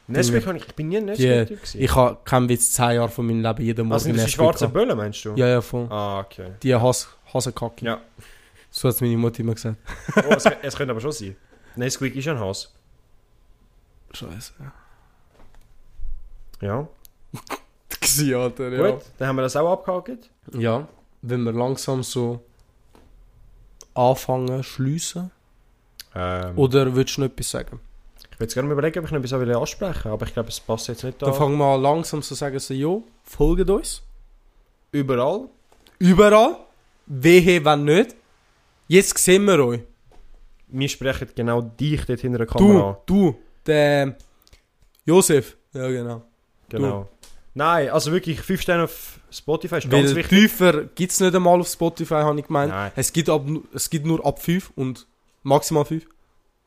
B: Nesquik habe ich, ich bin nie ein
A: Yeah.
B: Nesquik-Typ gewesen.
A: Ich habe keinen Witz, 10 Jahre von meinem Leben jeden Morgen
B: Also sind das die schwarzen
A: gehabt.
B: Böllen, meinst du?
A: Ja, ja, voll.
B: Ah, okay.
A: Die Has Hasenkacke.
B: Ja.
A: So hat es meine Mutter immer gesagt.
B: Oh, es, <laughs> es könnte aber schon sein. Nesquik ist ja ein Hass.
A: Scheiße. <laughs>
B: Ja.
A: Gsi, Alter, ja.
B: Gut, dann haben wir das auch abgehakt.
A: Ja. Wenn wir langsam so anfangen, schliessen.
B: Ähm,
A: Oder willst du noch etwas sagen?
B: ich würde jetzt gerne mal überlegen, ob ich noch etwas will ansprechen aber ich glaube, es passt jetzt nicht
A: Dann
B: da.
A: fangen wir an, langsam zu sagen, so, jo, folgt uns.
B: Überall.
A: Überall. Wehe, wenn nicht. Jetzt sehen wir euch.
B: Wir sprechen genau dich dort hinter der
A: Du,
B: Kamera.
A: du, der Josef. Ja, genau.
B: Genau. Nein, also wirklich 5 Sterne auf Spotify ist ganz
A: Weil
B: wichtig.
A: tiefer gibt es nicht einmal auf Spotify, habe ich gemeint.
B: Nein.
A: Es gibt, ab, es gibt nur ab 5 und maximal 5.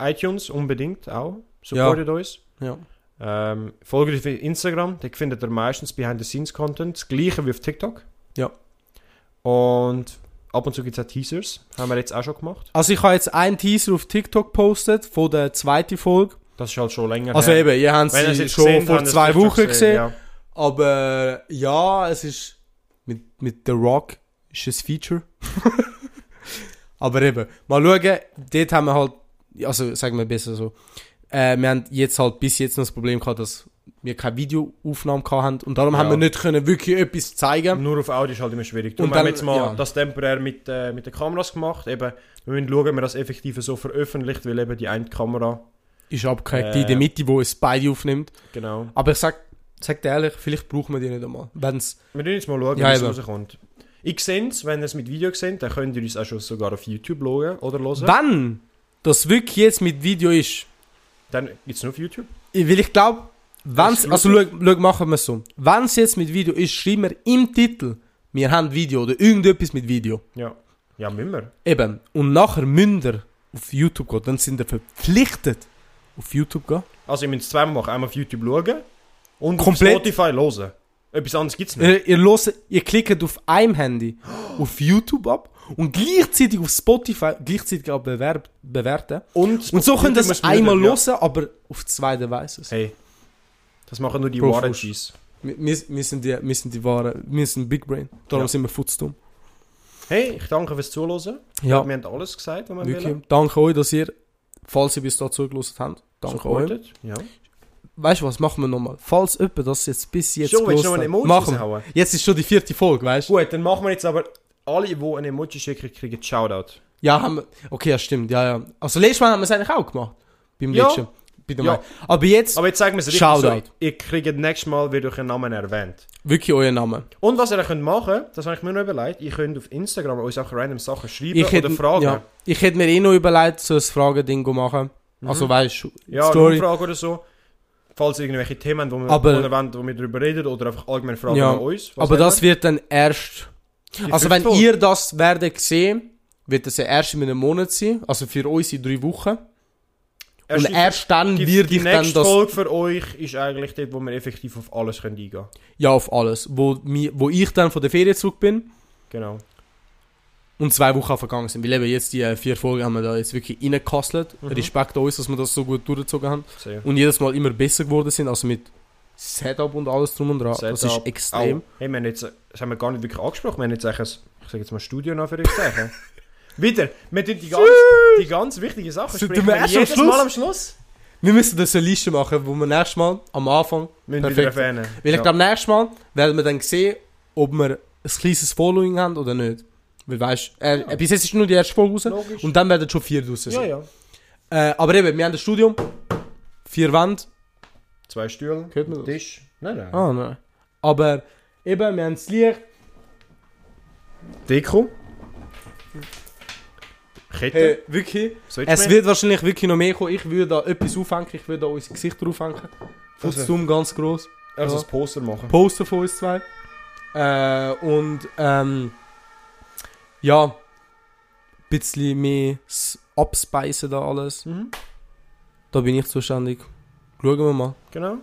B: iTunes unbedingt auch. Supportet uns.
A: Ja.
B: Ähm, folgt auf Instagram, da findet ihr meistens Behind-the-Scenes-Content. Das gleiche wie auf TikTok.
A: Ja.
B: Und ab und zu gibt es auch Teasers. Haben wir jetzt auch schon gemacht.
A: Also ich habe jetzt einen Teaser auf TikTok gepostet von der zweiten Folge.
B: Das ist halt schon länger
A: Also
B: her.
A: eben, ihr habt
B: Wenn ihr es
A: sie
B: jetzt
A: schon
B: gesehen
A: vor
B: habt,
A: zwei
B: das ist schon
A: Wochen gesehen.
B: Ja.
A: Aber ja, es ist mit, mit The Rock ist ein Feature. <laughs> Aber eben, mal schauen, dort haben wir halt, also sagen wir besser so, äh, wir haben jetzt halt bis jetzt noch das Problem gehabt, dass wir keine Videoaufnahmen gehabt haben und darum
B: Ja.
A: haben wir nicht können wirklich etwas zeigen.
B: Nur auf Audio ist halt immer schwierig. Darum
A: Und dann-
B: haben wir jetzt mal
A: ja.
B: das temporär mit, äh, mit den Kameras gemacht. Eben, wir müssen schauen, ob wir das effektiv so veröffentlicht, weil eben die eine Kamera,
A: Ist abgehackt
B: Äh.
A: in der Mitte, wo es beide aufnimmt.
B: genau.
A: Aber ich sag, sag dir ehrlich, vielleicht brauchen wir die nicht einmal. Wenn's,
B: Wir müssen jetzt mal schauen,
A: Ja,
B: wie es
A: eben.
B: rauskommt. Ich sehe es, wenn ihr es mit Video seht, dann könnt ihr uns auch schon sogar auf YouTube schauen oder hören.
A: wenn das wirklich jetzt mit Video ist,
B: Dann gibt es nur auf YouTube.
A: Ich- Weil ich glaube, wenn's,
B: Das ist
A: also schau, schau, machen wir es so. Wenn es jetzt mit Video ist, schreiben wir im Titel, wir haben Video oder irgendetwas mit Video.
B: Ja. Ja, müssen wir.
A: Eben. Und nachher müsst ihr auf YouTube gehen. Dann sind ihr verpflichtet, auf YouTube gehen.
B: Also, ihr müsst es zweimal machen. Einmal auf YouTube schauen und
A: Komplett. Äh,
B: auf Spotify hören. Etwas anderes gibt es nicht.
A: Ihr, ihr, hört, ihr klickt auf einem Handy auf YouTube ab und gleichzeitig auf Spotify, gleichzeitig auch bewerb, bewerten.
B: Und,
A: Und so könnt ihr
B: YouTube
A: es
B: muss man
A: einmal
B: nicht- ja.
A: hören, aber auf zwei Devices.
B: Hey, das machen nur die
A: Bro,
B: wahren
A: Fusch.
B: Cheese.
A: Wir, wir, wir, sind die, wir sind die wahren, wir sind Big Brain. Darum
B: Ja.
A: sind wir futzdumm.
B: Hey, ich danke fürs Zuhören.
A: Ja,
B: Wir haben alles gesagt, was wir
A: wirklich.
B: wollen.
A: Danke euch, dass ihr, falls ihr bis da zugelassen habt, danke euch.
B: Supportet. Ja.
A: Weißt du was, machen wir nochmal. Falls jemand das jetzt bis jetzt
B: Schon, willst du
A: gehört
B: noch ein
A: hat,
B: Emoji
A: machen. wir.
B: raushauen?
A: Jetzt ist schon die vierte Folge, weißt du?
B: Gut, dann machen wir jetzt aber alle, die ein Emoji schicken, kriegen Shoutout.
A: Ja, haben wir. Okay, ja, stimmt. Ja, ja. Also, letztes Mal haben wir es eigentlich auch gemacht. Beim
B: Ja.
A: letzten. Bei der
B: Ja.
A: Mai. Aber jetzt
B: Aber jetzt sagen wir es richtig
A: Shoutout.
B: so. Ihr kriegt nächstes Mal wieder euren Namen erwähnt.
A: wirklich euer Name.
B: Und was ihr könnt machen, das habe ich mir noch überlegt, ihr könnt auf Instagram uns auch random Sachen schreiben
A: Ich hätte,
B: oder fragen.
A: ja,
B: Ja,
A: ich hätte mir eh noch überlegt, so ein Fragending zu machen.
B: Mhm.
A: Also, weißt du,
B: eine
A: Story.
B: Umfrage oder so. Falls ihr irgendwelche Themen, wo wir,
A: Aber-
B: oder wollt, wo wir darüber reden, oder einfach allgemein Fragen
A: Ja.
B: an uns. was
A: Aber das
B: immer.
A: wird dann erst.
B: Die
A: Also, wenn
B: fünfte Folge.
A: ihr das werdet sehen, wird das ja erst in einem Monat sein. Also, für uns in drei Wochen.
B: Erst
A: Und
B: die-
A: erst dann
B: die,
A: wird
B: die
A: ich dann
B: nächste
A: das.
B: Folge für euch ist eigentlich dort, wo wir effektiv auf alles können eingehen können.
A: Ja, auf alles. Wo, mi- wo ich dann von der Ferien zurück bin
B: Genau.
A: und zwei Wochen vergangen sind. Weil eben jetzt die äh, vier Folgen haben wir da jetzt wirklich reingekastelt.
B: Mhm.
A: Respekt an uns, dass wir das so gut durchgezogen haben.
B: Sehr.
A: Und jedes Mal immer besser geworden sind. Also mit Setup und alles drum und dran. Das ist
B: Setup.
A: extrem.
B: Au. Hey, wir haben jetzt, das haben wir gar nicht wirklich angesprochen. Wir haben jetzt eigentlich ein, ich sage jetzt mal Studio noch für euch zeigen. <laughs> Wieder, wir tun die ganz, die ganz wichtigen Sachen
A: Sind
B: sprechen
A: wir
B: wir
A: erst am
B: jedes
A: Schluss?
B: Mal am Schluss.
A: Wir müssen das eine Liste machen, wo wir nächstes Mal am Anfang.
B: Müssen
A: Perfekt.
B: wieder erwähnen.
A: Weil ich
B: Ja.
A: glaube, nächstes Mal werden wir dann sehen, ob wir ein kleines Following haben oder nicht. Weil weißt du, äh,
B: Ja.
A: bis jetzt ist nur die erste Folge raus.
B: Logisch.
A: Und dann werden schon vier raus sein.
B: ja, ja.
A: Äh, aber eben, wir haben ein Studium. Vier Wände.
B: Zwei Stühle,
A: Hört man das?
B: Tisch. Nein, nein.
A: Ah, nein. Aber eben, wir haben das Licht.
B: Deko. Kette.
A: Hey, wirklich.
B: Soll ich
A: Es
B: mehr?
A: wird wahrscheinlich wirklich noch mehr kommen. Ich würde da etwas aufhängen. Ich würde da unser Gesicht drauf hängen. Fuß
B: Also-
A: zum ganz gross.
B: also
A: ja.
B: ein Poster machen.
A: Poster von uns zwei. Äh, und ähm, ja, ein bisschen mehr s- abspeisen da alles.
B: Mhm.
A: Da bin ich zuständig. Schauen wir mal.
B: Genau.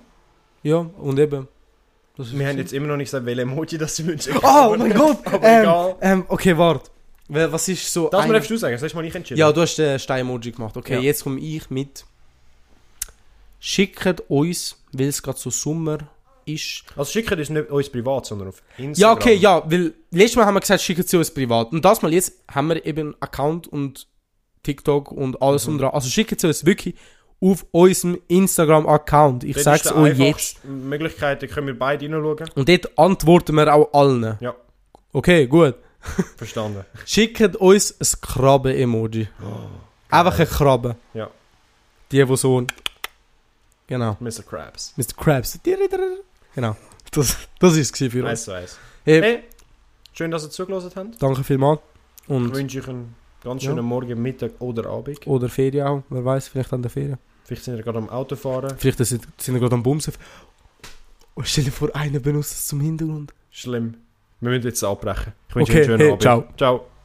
A: Ja, und eben. Das ist
B: Wir haben jetzt immer noch nicht gesagt, welche Emoji das sie wünschen.
A: <laughs> Oh mein Gott!
B: Aber
A: ähm,
B: egal.
A: ähm, okay, warte. Wer- Was ist so.
B: Das
A: ein-
B: mal darfst du sagen, das hast du mal nicht entschieden.
A: ja, du hast den Stein-Emoji gemacht. Okay,
B: Ja.
A: jetzt komme ich mit. Schickt uns, weil es gerade so Sommer ist.
B: Also schicken uns nicht uns privat, sondern auf Instagram.
A: Ja, okay, ja, weil letztes Mal haben wir gesagt, schicken sie uns privat. Und das Mal jetzt haben wir eben Account und TikTok und alles
B: Mhm.
A: und dran. Also schicken sie uns wirklich auf unserem Instagram-Account. Ich
B: Dort
A: sag's
B: ist der
A: euch jetzt.
B: einfachste Möglichkeit, da können wir beide hineinschauen.
A: Und dort antworten wir auch allen.
B: Ja.
A: Okay, gut.
B: Verstanden.
A: Schickt uns ein Krabbe-Emoji. Einfach ein Krabbe.
B: Ja.
A: Die, die so... Genau.
B: Mr. Krabs.
A: Mr. Krabs. Genau. Das, das ist es für uns.
B: Eins zu eins.
A: Hey,
B: Hey, schön, dass ihr zugelassen habt.
A: danke vielmals.
B: Ich
A: Und...
B: wünsche euch einen ganz
A: Ja.
B: schönen Morgen, Mittag oder Abend.
A: Oder Ferien auch. Wer weiß, vielleicht an der Ferien.
B: Vielleicht sind ihr gerade am Autofahren.
A: Vielleicht sind, sind wir gerade am Bumsen. Oh, stell dir vor, einer benutzt es zum Hintergrund.
B: Schlimm. Wir müssen jetzt abbrechen. Ich wünsche
A: Okay,
B: euch einen schönen
A: hey,
B: Abend.
A: ciao.
B: Ciao.